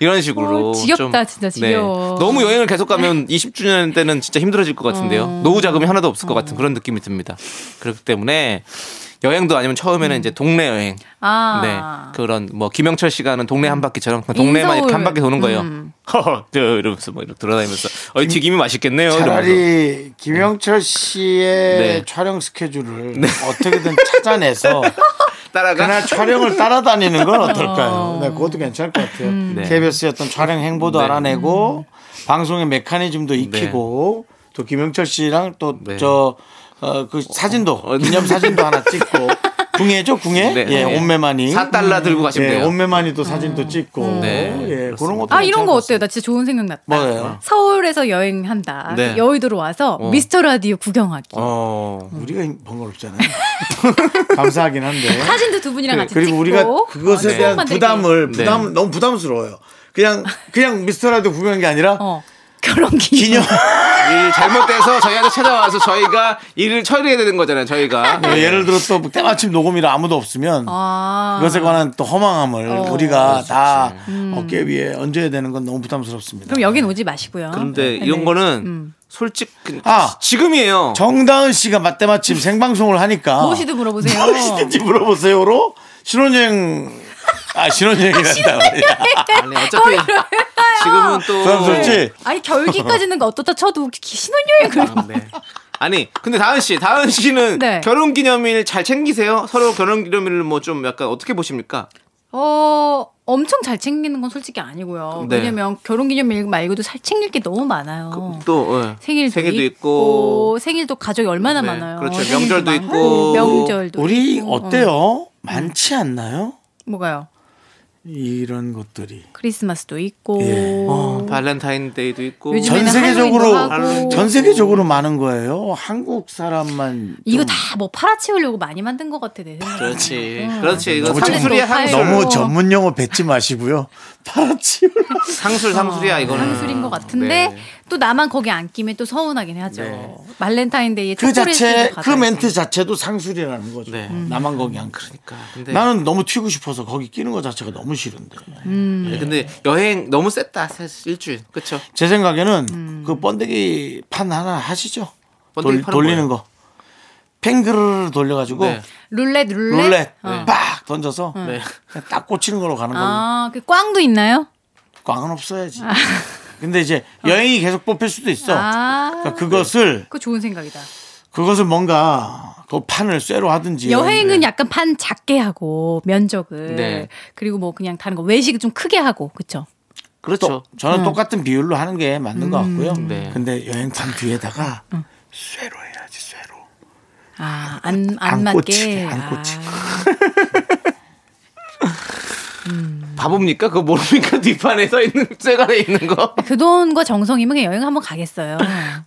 Speaker 2: 이런 식으로 네.
Speaker 8: 어, 지겹다, 진짜 지겨워.
Speaker 2: 너무 여행을 계속 가면 20주년 때는 진짜 힘들어질 것 같은데요. 노후 자금이 하나도 없을 것 같은 그런 느낌이 듭니다. 그렇기 때문에 여행도 아니면 처음에는 이제 동네 여행
Speaker 8: 아
Speaker 2: 네. 그런 뭐 김영철 씨가는 동네 한 바퀴처럼 그냥 동네만 이렇게
Speaker 8: 인서울.
Speaker 2: 한 바퀴 도는 거예요. 허허 이러면서 뭐 이렇게 돌아다니면서 어이 튀김이 맛있겠네요. 이러면서.
Speaker 1: 차라리 김영철 씨의
Speaker 2: 네.
Speaker 1: 촬영 스케줄을 어떻게든 찾아내서
Speaker 2: 따라가
Speaker 1: 아, 그날 촬영을 따라다니는 건 어떨까요? 네, 그것도 괜찮을 것 같아요.
Speaker 8: 음.
Speaker 2: 네.
Speaker 1: KBS의 어떤 촬영 행보도
Speaker 2: 네.
Speaker 1: 알아내고 방송의 메커니즘도 익히고 또 김영철 씨랑
Speaker 2: 네.
Speaker 1: 어, 네. 또 저 어 그 사진도 기념 사진도 하나 찍고 궁예죠, 궁예?
Speaker 2: 네.
Speaker 1: 예, 온매만이.
Speaker 2: 4달러 들고 가시면
Speaker 1: 예,
Speaker 2: 돼요.
Speaker 1: 온매만이 또 사진도 찍고.
Speaker 2: 네,
Speaker 1: 예, 그런 것도.
Speaker 8: 음. 아 이런 거
Speaker 1: 괜찮을
Speaker 8: 어때요? 나 진짜 좋은 생각 났다.
Speaker 1: 뭐예요?
Speaker 8: 서울에서 여행한다.
Speaker 2: 네.
Speaker 8: 여의도로 와서 미스터 라디오 구경하기.
Speaker 2: 어.
Speaker 1: 것 같아요. 우리가 번거롭잖아요. 감사하긴 한데.
Speaker 8: 사진도 두 분이랑 같이
Speaker 1: 예, 그리고
Speaker 8: 찍고.
Speaker 1: 우리가
Speaker 8: 어,
Speaker 1: 그것에
Speaker 8: 추억
Speaker 1: 대한
Speaker 8: 만들기.
Speaker 1: 부담을
Speaker 2: 네.
Speaker 1: 부담 너무 부담스러워요. 그냥 그냥 미스터라도 구경한 게 아니라
Speaker 8: 어 결혼
Speaker 1: 기념.
Speaker 8: 기념.
Speaker 2: 이 잘못돼서 저희한테 찾아와서 저희가 일을 처리해야 되는 거잖아요, 네. 저희가.
Speaker 1: 뭐 예를 들어 또 때마침 녹음이라 아무도 없으면
Speaker 8: 네. 아 어.
Speaker 1: 그것에 관한 또 허망함을 우리가 다 어깨 위에 얹어야 되는 건 너무 부담스럽습니다.
Speaker 8: 그럼 여긴 오지 마시고요.
Speaker 2: 근데 이런 거는 솔직 그
Speaker 1: 아!
Speaker 2: 지금이에요.
Speaker 1: 정다은 씨가 맞- 때마침 생방송을 하니까
Speaker 8: 무엇이든 물어보세요.
Speaker 1: 아, 무엇이든지 물어보세요로 신혼여행 아 신혼여행이란다
Speaker 2: 아니 어차피 지금은 또
Speaker 1: 부담스럽지?
Speaker 8: 아니 결기까지는 어떻다 쳐도 기- 신혼여행을
Speaker 2: 네. 아니 근데 다은 씨, 다은 씨는
Speaker 8: 네.
Speaker 2: 결혼 기념일 잘 챙기세요? 서로 결혼 기념일을 뭐 좀 약간 어떻게 보십니까?
Speaker 8: 어 엄청 잘 챙기는 건 솔직히 아니고요.
Speaker 2: 네.
Speaker 8: 왜냐면 결혼기념일 말고도 살 챙길 게 너무 많아요.
Speaker 2: 또 예.
Speaker 8: 어. 생일도,
Speaker 2: 생일도
Speaker 8: 있고,
Speaker 2: 있고,
Speaker 8: 생일도 가족이 얼마나
Speaker 2: 네,
Speaker 8: 많아요.
Speaker 2: 그렇죠.
Speaker 8: 생일도
Speaker 2: 명절도
Speaker 8: 많고,
Speaker 2: 있고.
Speaker 8: 명절도
Speaker 1: 우리
Speaker 8: 있고.
Speaker 1: 어때요? 많지 않나요?
Speaker 8: 뭐가요?
Speaker 1: 이런 것들이
Speaker 8: 크리스마스도 있고
Speaker 1: 예.
Speaker 2: 발렌타인데이도 있고
Speaker 8: 요즘에
Speaker 1: 전
Speaker 8: 요즘에는
Speaker 1: 세계적으로
Speaker 8: 할로윈도 하고.
Speaker 1: 전 세계적으로 많은 거예요. 한국 사람만
Speaker 8: 이거
Speaker 1: 좀
Speaker 8: 다 뭐 팔아치우려고 많이 만든 것 같아 내 생각에.
Speaker 2: 그렇지,
Speaker 8: 어.
Speaker 2: 그렇지. 이거
Speaker 1: 너무
Speaker 2: 상술이야
Speaker 8: 좀-
Speaker 2: 상술.
Speaker 1: 너무
Speaker 8: 아이고.
Speaker 1: 전문 용어 뱉지 마시고요. 팔아치울
Speaker 2: 상술 상술이야 이거는.
Speaker 8: 상술인 어, 음.
Speaker 1: 음,
Speaker 8: 것 같은데
Speaker 2: 네.
Speaker 8: 또 나만 거기 안 끼면 또 서운하긴 하죠.
Speaker 2: 네.
Speaker 8: 발렌타인데이에
Speaker 1: 그
Speaker 8: 초콜릿을
Speaker 1: 자체 그
Speaker 8: 받아야지.
Speaker 1: 멘트 자체도 상술이라는 거죠. 음.
Speaker 2: 네.
Speaker 1: 나만 거기 안 그러니까.
Speaker 2: 근데-
Speaker 1: 나는 너무 튀고 싶어서 거기 끼는 거 자체가 너무 싫은데.
Speaker 8: 음.
Speaker 2: 네, 근데 여행 너무 셌다 사실 일주일 그쵸
Speaker 1: 제 생각에는
Speaker 8: 음.
Speaker 1: 그 번데기 판 하나 하시죠.
Speaker 2: 번데기
Speaker 1: 돌,
Speaker 2: 파는
Speaker 1: 돌리는
Speaker 2: 거예요?
Speaker 1: 거. 팽그르르 돌려가지고
Speaker 2: 네.
Speaker 8: 룰렛 룰렛.
Speaker 1: 룰렛
Speaker 8: 어.
Speaker 1: 빡 던져서
Speaker 2: 네.
Speaker 1: 그냥 딱 꽂히는 걸로 가는 걸로.
Speaker 8: 아그 꽝도 있나요?
Speaker 1: 꽝은 없어야지. 근데 이제 여행이 계속 뽑힐 수도 있어.
Speaker 8: 어. 아
Speaker 1: 그것을
Speaker 8: 그거 좋은 생각이다.
Speaker 1: 그것을 뭔가 그 판을 쇠로 하든지
Speaker 8: 여행은
Speaker 1: 네.
Speaker 8: 약간 판 작게 하고 면적을
Speaker 2: 네.
Speaker 8: 그리고 뭐 그냥 다른 거 외식을 좀 크게 하고 그쵸? 네. 음.
Speaker 2: 그렇죠
Speaker 1: 저는 똑같은 비율로 하는 게 맞는 것 같고요.
Speaker 2: 네.
Speaker 1: 근데 여행판 뒤에다가 쇠로 해야지 쇠로.
Speaker 8: 아안안
Speaker 1: 안 꽂히게,
Speaker 8: 맞게 아.
Speaker 1: 안 꽂히게.
Speaker 2: 바보입니까 그거 모릅니까 뒷판에 서 있는 쇠가에 있는 거
Speaker 8: 아, 그 돈과 정성이면 그냥 여행 한번 가겠어요.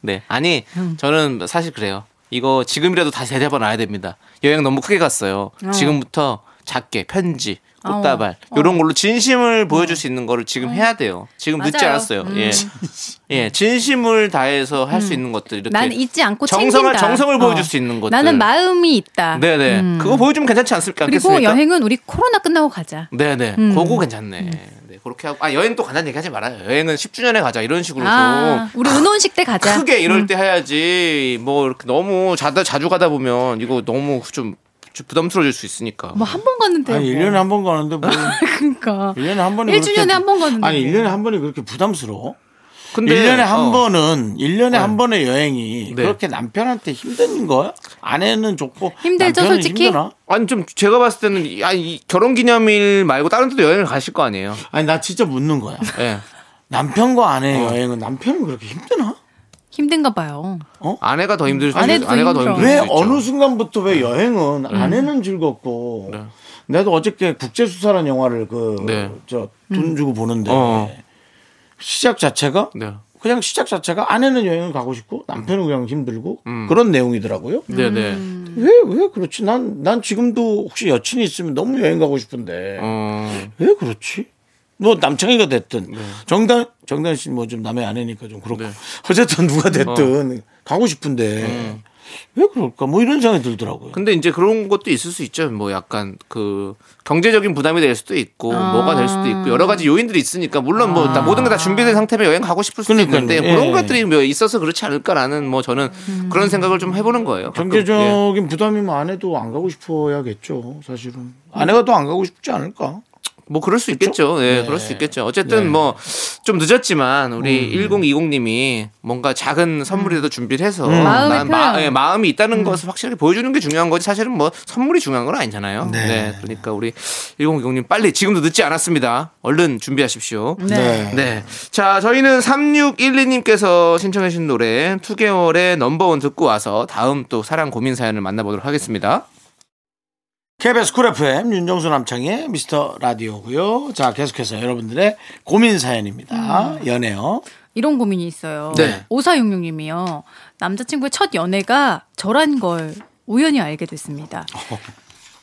Speaker 2: 네. 아니,
Speaker 8: 음.
Speaker 2: 저는 사실 그래요. 이거 지금이라도 다 세잡아 놔야 됩니다. 여행 너무 크게 갔어요. 지금부터 작게 편지,
Speaker 8: 어.
Speaker 2: 꽃다발 이런 걸로 진심을 보여줄 수 있는 거를 지금 해야 돼요. 지금 늦지
Speaker 8: 맞아요. 음.
Speaker 2: 않았어요. 예, 예, 진심을 다해서 할 수 있는 것들 이렇게
Speaker 8: 난 음. 잊지 않고
Speaker 2: 정성을
Speaker 8: 챙긴다.
Speaker 2: 정성을 보여줄
Speaker 8: 어.
Speaker 2: 수 있는 것들.
Speaker 8: 나는 마음이 있다.
Speaker 2: 네네, 그거 보여주면 괜찮지 않습니까?
Speaker 8: 그리고
Speaker 2: 않겠습니까?
Speaker 8: 여행은 음. 우리 코로나 끝나고 가자.
Speaker 2: 네네, 그거 괜찮네. 네, 그렇게 하고 아 여행 또 간다는 얘기하지 말아요. 여행은 10주년에 가자 이런 식으로
Speaker 8: 아,
Speaker 2: 좀
Speaker 8: 우리 은혼식 때 가자. 음.
Speaker 2: 크게 이럴 때 해야지 뭐 이렇게 너무 자다 자주 가다 보면 이거 너무 좀, 좀 부담스러워질 수 있으니까
Speaker 8: 뭐 한 번 갔는데.
Speaker 1: 아니
Speaker 8: 뭐.
Speaker 1: 1년에 한 번 가는데 뭐
Speaker 8: 그러니까.
Speaker 1: 1년에 한 번이
Speaker 8: 1주년에
Speaker 1: 그렇게-
Speaker 8: 한번 가는데
Speaker 1: 아니
Speaker 8: 뭐.
Speaker 1: 1년에 한 번이 그렇게 부담스러워?
Speaker 2: 근데
Speaker 1: 1년에 한
Speaker 2: 어,
Speaker 1: 번은 1년에
Speaker 8: 네.
Speaker 1: 한 번의 여행이
Speaker 2: 네.
Speaker 1: 그렇게 남편한테 힘든 거야? 아내는 좋고
Speaker 8: 힘들죠,
Speaker 1: 남편은
Speaker 8: 솔직히?
Speaker 1: 힘드나?
Speaker 2: 아니 좀 제가 봤을 때는 이- 아니 이 결혼기념일 말고 다른 데도 여행을 가실 거 아니에요
Speaker 1: 아니 나 진짜 묻는 거야.
Speaker 2: 예
Speaker 1: 남편과 아내
Speaker 8: 어.
Speaker 1: 의 여행은 남편은 그렇게 힘드나?
Speaker 8: 힘든가 봐요.
Speaker 2: 아내가 더 힘들 수
Speaker 8: 아내도
Speaker 2: 있- 아내가 더
Speaker 8: 힘들어.
Speaker 2: 힘들
Speaker 1: 왜
Speaker 2: 수 있죠. 네. 음.
Speaker 1: 어느 순간부터 왜 여행은 아내는 즐겁고 나도 어저께 국제수사란 영화를
Speaker 2: 네.
Speaker 1: 그 저 돈 주고 보는데
Speaker 2: 어.
Speaker 1: 시작 자체가
Speaker 2: 네.
Speaker 1: 그냥 시작 자체가 아내는 여행을 가고 싶고 남편은 그냥 힘들고
Speaker 2: 음.
Speaker 1: 그런 내용이더라고요.
Speaker 2: 네네
Speaker 8: 음.
Speaker 1: 왜 왜 그렇지? 난 난 지금도 혹시 여친이 있으면 너무 여행 가고 싶은데
Speaker 2: 어,
Speaker 1: 왜 그렇지? 뭐 남창이가 됐든 정단 정단 씨는 뭐 좀 남의 아내니까 좀 그렇고 어쨌든 누가 됐든 가고 싶은데 왜 그럴까? 뭐 이런 생각이 들더라고요.
Speaker 2: 근데 이제 그런 것도 있을 수 있죠 뭐 약간 그 경제적인 부담이 될 수도 있고
Speaker 1: 아.
Speaker 2: 뭐가 될 수도 있고 여러 가지 요인들이 있으니까 물론 뭐 다 모든 게 다 준비된 상태면 여행 가고 싶을 수도
Speaker 1: 그러니까요.
Speaker 2: 있는데
Speaker 1: 예. 음.
Speaker 2: 그런 것들이 뭐 있어서 그렇지 않을까라는 뭐 저는 그런 생각을 좀 해보는 거예요 가끔. 예.
Speaker 1: 경제적인 부담이면 뭐 아내도 안 가고 싶어야겠죠, 사실은. 아내가 또 안 가고 싶지 않을까?
Speaker 2: 뭐 그럴 수 있겠죠. 예, 그럴 수 있겠죠. 어쨌든 뭐 좀 늦었지만 우리 1020님이 뭔가 작은 선물이라도 준비를 해서
Speaker 8: 음. 마음의
Speaker 2: 난 마,
Speaker 8: 표현.
Speaker 2: 예, 마음이 있다는 것을 확실하게 보여주는 게 중요한 거지 사실은 뭐 선물이 중요한 건 아니잖아요. 네. 그러니까 우리 1020님 빨리 지금도 늦지 않았습니다. 얼른 준비하십시오.
Speaker 8: 네.
Speaker 2: 네. 자, 저희는 3612님께서 신청해 주신 노래 2개월의 넘버원 듣고 와서 다음 또 사랑 고민 사연을 만나보도록 하겠습니다.
Speaker 1: KBS 쿨 FM 윤정수 남창의 미스터 라디오고요. 자 계속해서 여러분들의 고민 사연입니다. 연애요.
Speaker 8: 이런 고민이 있어요.
Speaker 1: 네.
Speaker 8: 5466님이요. 남자친구의 첫 연애가 저란 걸 우연히 알게 됐습니다.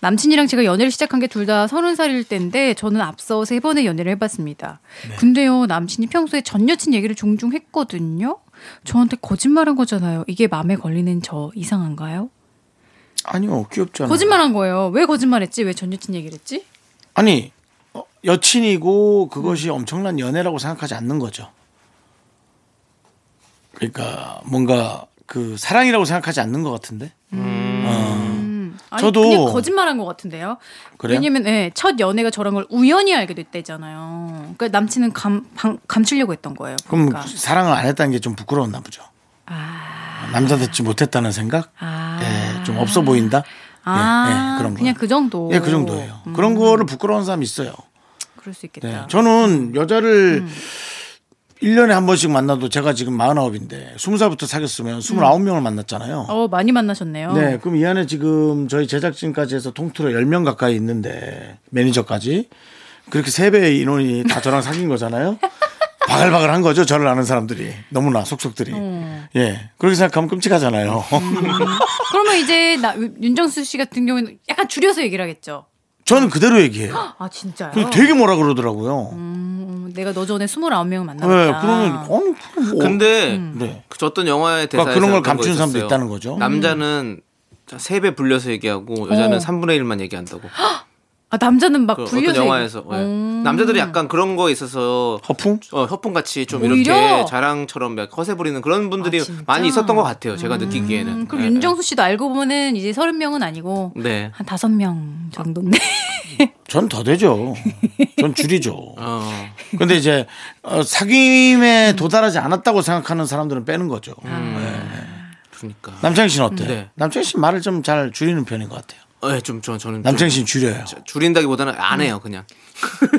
Speaker 8: 남친이랑 제가 연애를 시작한 게 둘 다 서른 살일 때인데 저는 앞서 세 번의 연애를 해봤습니다. 근데요 남친이 평소에 전 여친 얘기를 종종 했거든요. 저한테 거짓말한 거잖아요. 이게 마음에 걸리는 저 이상한가요?
Speaker 1: 아니요 귀엽잖아요.
Speaker 8: 거짓말한 거예요. 왜 거짓말했지? 왜 전 여친 얘기를 했지?
Speaker 1: 아니 어, 여친이고 그것이 엄청난 연애라고 생각하지 않는 거죠. 그러니까 뭔가 그 사랑이라고 생각하지 않는 것 같은데.
Speaker 8: 음, 아니,
Speaker 1: 저도-
Speaker 8: 그냥 거짓말한 것 같은데요.
Speaker 1: 그래요?
Speaker 8: 왜냐면 예, 첫 연애가 저런 걸 우연히 알게 됐대잖아요. 그러니까 남친은 감, 방- 감추려고 했던 거예요.
Speaker 1: 그럼
Speaker 8: 그러니까.
Speaker 1: 사랑을 안 했다는 게 좀 부끄러웠나 보죠. 남자답지 못했다는 생각?
Speaker 8: 아.
Speaker 1: 예, 좀 없어 보인다?
Speaker 8: 아,
Speaker 1: 예, 예, 그런 거.
Speaker 8: 그냥 그 정도.
Speaker 1: 예, 그 정도예요.
Speaker 8: 음, 그러니까.
Speaker 1: 그런 거를 부끄러운 사람 있어요.
Speaker 8: 그럴 수 있겠다.
Speaker 1: 네. 저는 여자를
Speaker 8: 음.
Speaker 1: 일 1년에 한 번씩 만나도 제가 지금 49인데 20살부터 사귀었으면 29명을 만났잖아요.
Speaker 8: 어, 많이 만나셨네요.
Speaker 1: 네, 그럼 이 안에 지금 저희 제작진까지 해서 통틀어 10명 가까이 있는데 매니저까지 그렇게 세배의 인원이 다 저랑 사귄 거잖아요. 바글바글 한 거죠. 저를 아는 사람들이. 너무나 속속들이.
Speaker 8: 음.
Speaker 1: 예. 그렇게 생각하면 끔찍하잖아요.
Speaker 8: 그러면 이제 나, 윤정수 씨 같은 경우에는 약간 줄여서 얘기를 하겠죠.
Speaker 1: 저는 그대로 얘기해요.
Speaker 8: 아, 진짜요?
Speaker 1: 근데 되게 뭐라 그러더라고요.
Speaker 8: 음, 내가 너 전에 29명을
Speaker 1: 네,
Speaker 8: 만났다.
Speaker 1: 그러면, 아니, 뭐.
Speaker 2: 근데
Speaker 8: 음.
Speaker 1: 네. 그러니까
Speaker 2: 그 어떤 영화의 대사에서
Speaker 1: 그런 걸
Speaker 2: 그런 거
Speaker 1: 감추는 사람도
Speaker 2: 있었어요.
Speaker 1: 있다는 거죠.
Speaker 2: 남자는 세 배 불려서 얘기하고 여자는 3분의 1만 얘기한다고.
Speaker 8: 아, 남자는 막
Speaker 2: 그 어떤
Speaker 8: 어. 불려서 음,
Speaker 2: 영화에서 예. 남자들이 약간 그런 거에 있어서
Speaker 1: 허풍?
Speaker 2: 어, 협분같이 좀
Speaker 8: 오히려?
Speaker 2: 이렇게 자랑처럼 막 허세 부리는 그런 분들이
Speaker 8: 아, 진짜?
Speaker 2: 많이 있었던 것 같아요. 제가 느끼기에는.
Speaker 8: 음, 그럼
Speaker 2: 예,
Speaker 8: 윤정수 씨도 알고 보면은 이제 30명은 아니고
Speaker 2: 예. 네.
Speaker 8: 한 다섯 명 정도인데.
Speaker 1: 전 더 되죠. 전 줄이죠.
Speaker 2: 어.
Speaker 1: 근데 이제 어, 사귐에 도달하지 않았다고 생각하는 사람들은 빼는 거죠.
Speaker 8: 아.
Speaker 1: 예.
Speaker 2: 그러니까.
Speaker 1: 남창희 씨는 어때요?
Speaker 2: 네.
Speaker 1: 남창희 씨 말을 좀 잘 줄이는 편인 것 같아요.
Speaker 2: 예, 좀 저, 저는 좀
Speaker 1: 남창희 씨는 줄여요.
Speaker 2: 줄인다기보다는 안 해요, 그냥.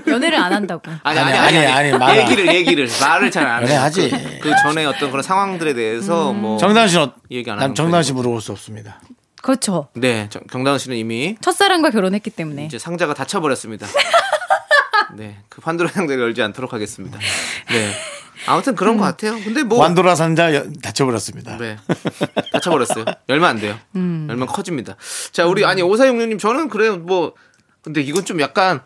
Speaker 8: 연애를 안 한다고.
Speaker 2: 아니
Speaker 1: 아니,
Speaker 2: 아니 아니,
Speaker 1: 아니, 아니, 말아.
Speaker 2: 얘기를 얘기를 말을 잘 안 해요.
Speaker 1: 연애하지.
Speaker 2: 그, 그 전에 어떤 그런 상황들에 대해서
Speaker 8: 음.
Speaker 2: 뭐
Speaker 1: 정다은 씨는 어,
Speaker 2: 얘기 안
Speaker 1: 남,
Speaker 2: 하는
Speaker 1: 정다은 씨 물어볼 수 없습니다.
Speaker 8: 그렇죠.
Speaker 2: 네, 정- 정다은 씨는 이미
Speaker 8: 첫사랑과 결혼했기 때문에.
Speaker 2: 이제 상자가 닫혀 버렸습니다. 네, 그 판도라 상자를 열지 않도록 하겠습니다. 네, 아무튼 그런 것 같아요. 근데 뭐
Speaker 1: 완도라 산자 여- 다쳐버렸습니다.
Speaker 2: 네. 다쳐버렸어요. 열면 안 돼요.
Speaker 8: 음.
Speaker 2: 열면 커집니다. 자, 우리, 아니, 오사육육님, 저는 그래요, 뭐, 근데 이건 좀 약간,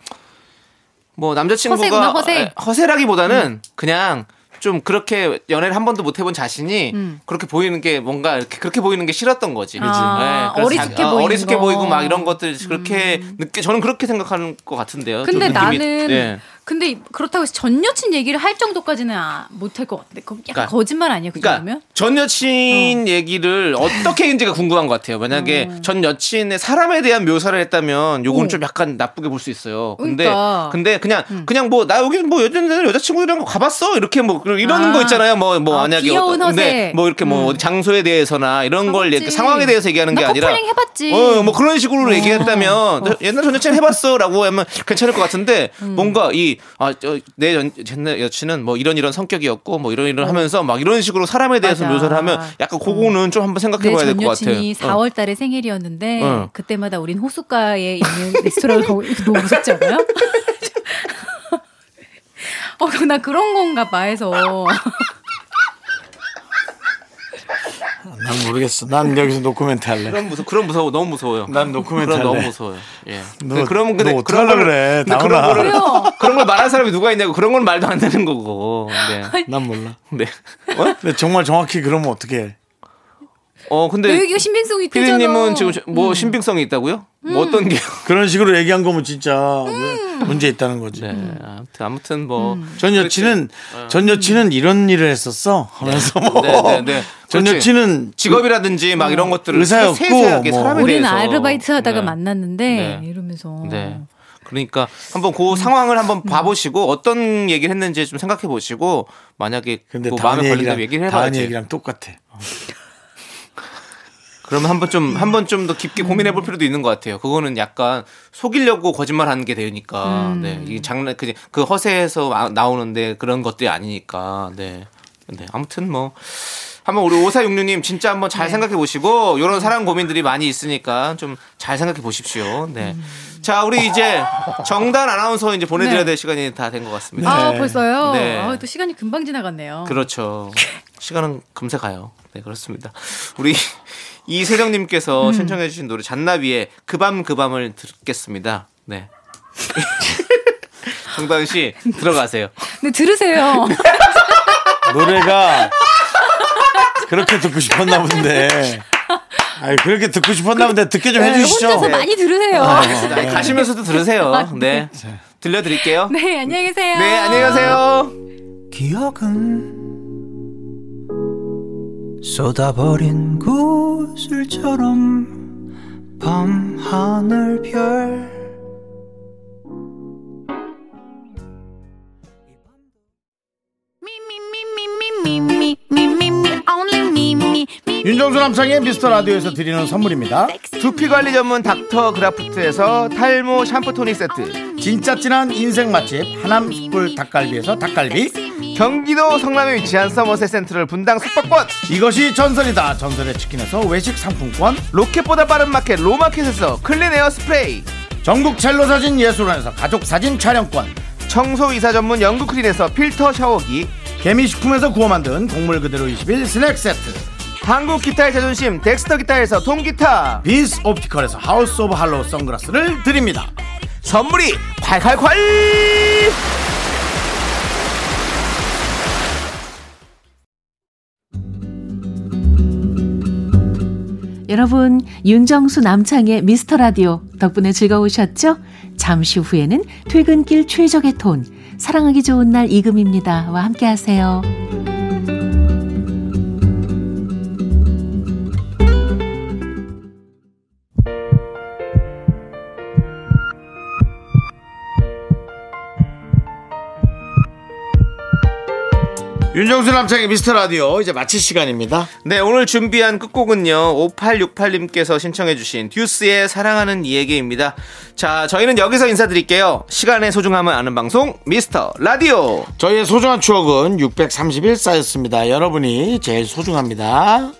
Speaker 2: 뭐, 남자친구가.
Speaker 8: 허세구나, 허세. 음.
Speaker 2: 에, 허세라기보다는 그냥 좀 그렇게 연애를 한 번도 못 해본 자신이
Speaker 8: 음.
Speaker 2: 그렇게 보이는 게 뭔가 이렇게 그렇게 보이는 게 싫었던 거지. 네,
Speaker 8: 아,
Speaker 2: 그래서
Speaker 8: 어리숙해
Speaker 2: 자기- 어,
Speaker 8: 보이는
Speaker 2: 어리숙해
Speaker 8: 거.
Speaker 2: 보이고 막 이런 것들 그렇게 느껴, 저는 그렇게 생각하는 것 같은데요. 좀
Speaker 8: 근데
Speaker 2: 느낌이.
Speaker 8: 나는
Speaker 2: 네.
Speaker 8: 근데 그렇다고 해서 전 여친 얘기를 할 정도까지는 아, 못할 것 같은데. 그
Speaker 2: 그러니까-
Speaker 8: 약간 거짓말 아니에요? 그
Speaker 2: 그러니까
Speaker 8: 정도면? 어.
Speaker 2: 전 여친 얘기를 어떻게 했는지가 궁금한 것 같아요. 만약에
Speaker 8: 음.
Speaker 2: 전 여친의 사람에 대한 묘사를 했다면 요건 좀 약간 나쁘게 볼 수 있어요. 근데
Speaker 8: 그러니까.
Speaker 2: 근데 그냥 그냥 뭐 나 여기 뭐 여자 여자 친구들이랑 가봤어 이렇게 뭐 그런- 이러는
Speaker 8: 아.
Speaker 2: 거 있잖아요. 뭐 뭐
Speaker 8: 아,
Speaker 2: 만약에
Speaker 8: 귀여운
Speaker 2: 어떤-
Speaker 8: 허세. 음.
Speaker 2: 네, 뭐 이렇게 뭐 어디 장소에 대해서나 이런 걸 이렇게
Speaker 8: 가봤지.
Speaker 2: 상황에 대해서 얘기하는 게
Speaker 8: 나
Speaker 2: 아니라
Speaker 8: 커플링 해봤지.
Speaker 2: 어, 뭐 그런
Speaker 8: 음.
Speaker 2: 식으로 얘기했다면 너 옛날 전 여친 해봤어라고 하면 괜찮을 것 같은데
Speaker 8: 음.
Speaker 2: 뭔가 이아내 옛날 여친은 뭐 이런 이런 성격이었고 뭐 이런 이런 하면서 막 이런 식으로 사람에 대해서
Speaker 8: 음. 맞아. 음.
Speaker 2: 묘사를 하면 약간 그거는 좀 한번
Speaker 8: 내
Speaker 2: 생각해봐야 될
Speaker 8: 전
Speaker 2: 것 같아요.
Speaker 8: 여친이
Speaker 2: 어.
Speaker 8: 4월 달에 생일이었는데
Speaker 2: 어.
Speaker 8: 그때마다 우린 호숫가에 있는 레스토랑을 가고 이거 너무 무섭지 않아요? 어, 그럼 나 그런 건가 봐 해서.
Speaker 1: 난 모르겠어. 난 여기서 노코멘트 할래.
Speaker 2: 그런 무서 그런 무서워 너무 무서워요.
Speaker 1: 난 노코멘트
Speaker 2: 그런
Speaker 1: 할래.
Speaker 2: 너무 무서워요. 예.
Speaker 1: 너-
Speaker 2: 근데 그럼 근데
Speaker 1: 너
Speaker 2: 그런
Speaker 1: 어떡하려고
Speaker 2: 걸-
Speaker 1: 그래,
Speaker 2: 근데 그런
Speaker 1: 나훈아.
Speaker 2: 거를
Speaker 8: 그래요.
Speaker 2: 그런 걸 말할 사람이 누가 있냐고 그런 건 말도 안 되는 거고. 네.
Speaker 1: 난 몰라.
Speaker 2: 네.
Speaker 1: 근데 정말 정확히 그러면 어떻게 해?
Speaker 2: 어
Speaker 8: 너
Speaker 2: 근데
Speaker 8: 여기가 신빙성이 되잖아. 음.
Speaker 2: 피디님은 지금 뭐 신빙성이 있다고요? 뭐 어떤 게?
Speaker 1: 그런 식으로 얘기한 거면 진짜 왜 문제 있다는 거지.
Speaker 2: 네.
Speaker 8: 음.
Speaker 2: 아무튼 아무튼 뭐.
Speaker 1: 전 여친은 전 여친은 이런 일을 했었어 하면서 뭐
Speaker 2: 네, 네, 네.
Speaker 1: 전
Speaker 2: 그렇지.
Speaker 1: 여친은
Speaker 2: 직업이라든지 막 이런 것들을
Speaker 1: 의사였고,
Speaker 2: 세세하게
Speaker 1: 뭐.
Speaker 2: 사람에
Speaker 8: 음. 우리는
Speaker 2: 대해서
Speaker 8: 아르바이트 하다가
Speaker 2: 네.
Speaker 8: 만났는데
Speaker 2: 네.
Speaker 8: 이러면서
Speaker 2: 네. 그러니까 한번
Speaker 8: 음.
Speaker 2: 그 상황을 한번 봐보시고 어떤 얘기를 했는지 좀 생각해 보시고 만약에
Speaker 1: 근데
Speaker 2: 뭐
Speaker 1: 다은
Speaker 2: 마음에 걸린다면 얘기를
Speaker 1: 얘기랑 다은
Speaker 2: 해봐야지.
Speaker 1: 얘기랑 똑같아.
Speaker 2: 그러면 한번 좀 한번 좀 더 깊게 고민해 볼 필요도 있는 것 같아요. 그거는 약간 속이려고 거짓말하는 게 되니까
Speaker 8: 음.
Speaker 2: 네. 이 장난 그, 그 허세에서 아- 나오는데 그런 것들이 아니니까 네. 네. 아무튼 뭐. 한번 우리 5466님 진짜 한번
Speaker 8: 네.
Speaker 2: 잘 생각해 보시고 이런 사랑 고민들이 많이 있으니까 좀 잘 생각해 보십시오. 네. 자, 우리 이제 정단 아나운서 이제 보내드려야
Speaker 8: 음. 네.
Speaker 2: 될 시간이 다 된 것 같습니다.
Speaker 8: 아 벌써요.
Speaker 2: 네.
Speaker 8: 아, 또 시간이 금방 지나갔네요.
Speaker 2: 그렇죠. 시간은 금세 가요. 네, 그렇습니다. 우리 이세정님께서 신청해주신 노래 잔나비의 그밤 그밤을 듣겠습니다. 네. 정당 씨 들어가세요.
Speaker 8: 근데 들으세요.
Speaker 2: 네,
Speaker 1: 노래가 그렇게 듣고 싶었나 본데. 아 그렇게 듣고 싶었나 본데 듣게 좀 해주시죠.
Speaker 8: 네, 혼자서 많이 들으세요.
Speaker 2: 아니, 가시면서도 들으세요. 네. 들려드릴게요.
Speaker 8: 네 안녕히 계세요.
Speaker 2: 네, 안녕히 가세요.
Speaker 6: 기억은 쏟아버린 구슬처럼 밤 하늘 별
Speaker 1: 윤정수 남창의 미스터 라디오에서 드리는 선물입니다.
Speaker 2: 두피 관리 전문 닥터 그라프트에서 탈모 샴푸 토닉 세트.
Speaker 1: 진짜 진한 인생 맛집 하남 숯불 닭갈비에서 닭갈비.
Speaker 2: 경기도 성남에 위치한 서머셋 센트럴 분당 숙박권.
Speaker 1: 이것이 전설이다. 전설의 치킨에서 외식 상품권.
Speaker 2: 로켓보다 빠른 마켓 로마켓에서 클린 에어 스프레이.
Speaker 1: 전국 첼로 사진 예술원에서 가족 사진 촬영권.
Speaker 2: 청소 이사 전문 영국 크린에서 필터 샤워기.
Speaker 1: 개미식품에서 구워 만든 곡물 그대로 21 스낵 세트.
Speaker 2: 한국 기타의 자존심 덱스터 기타에서 통기타.
Speaker 1: 비스 옵티컬에서 하우스 오브 할로우 선글라스를 드립니다.
Speaker 2: 선물이 콸콸콸!
Speaker 9: 여러분, 윤정수 남창의 미스터 라디오 덕분에 즐거우셨죠? 잠시 후에는 퇴근길 최적의 톤, 사랑하기 좋은 날 이금입니다와 함께 하세요.
Speaker 1: 윤정수 남창의 미스터 라디오 이제 마칠 시간입니다.
Speaker 2: 네, 오늘 준비한 끝곡은요. 5868님께서 신청해주신 듀스의 사랑하는 이에게입니다. 자, 저희는 여기서 인사드릴게요. 시간의 소중함을 아는 방송, 미스터 라디오!
Speaker 1: 저희의 소중한 추억은 631사였습니다. 여러분이 제일 소중합니다.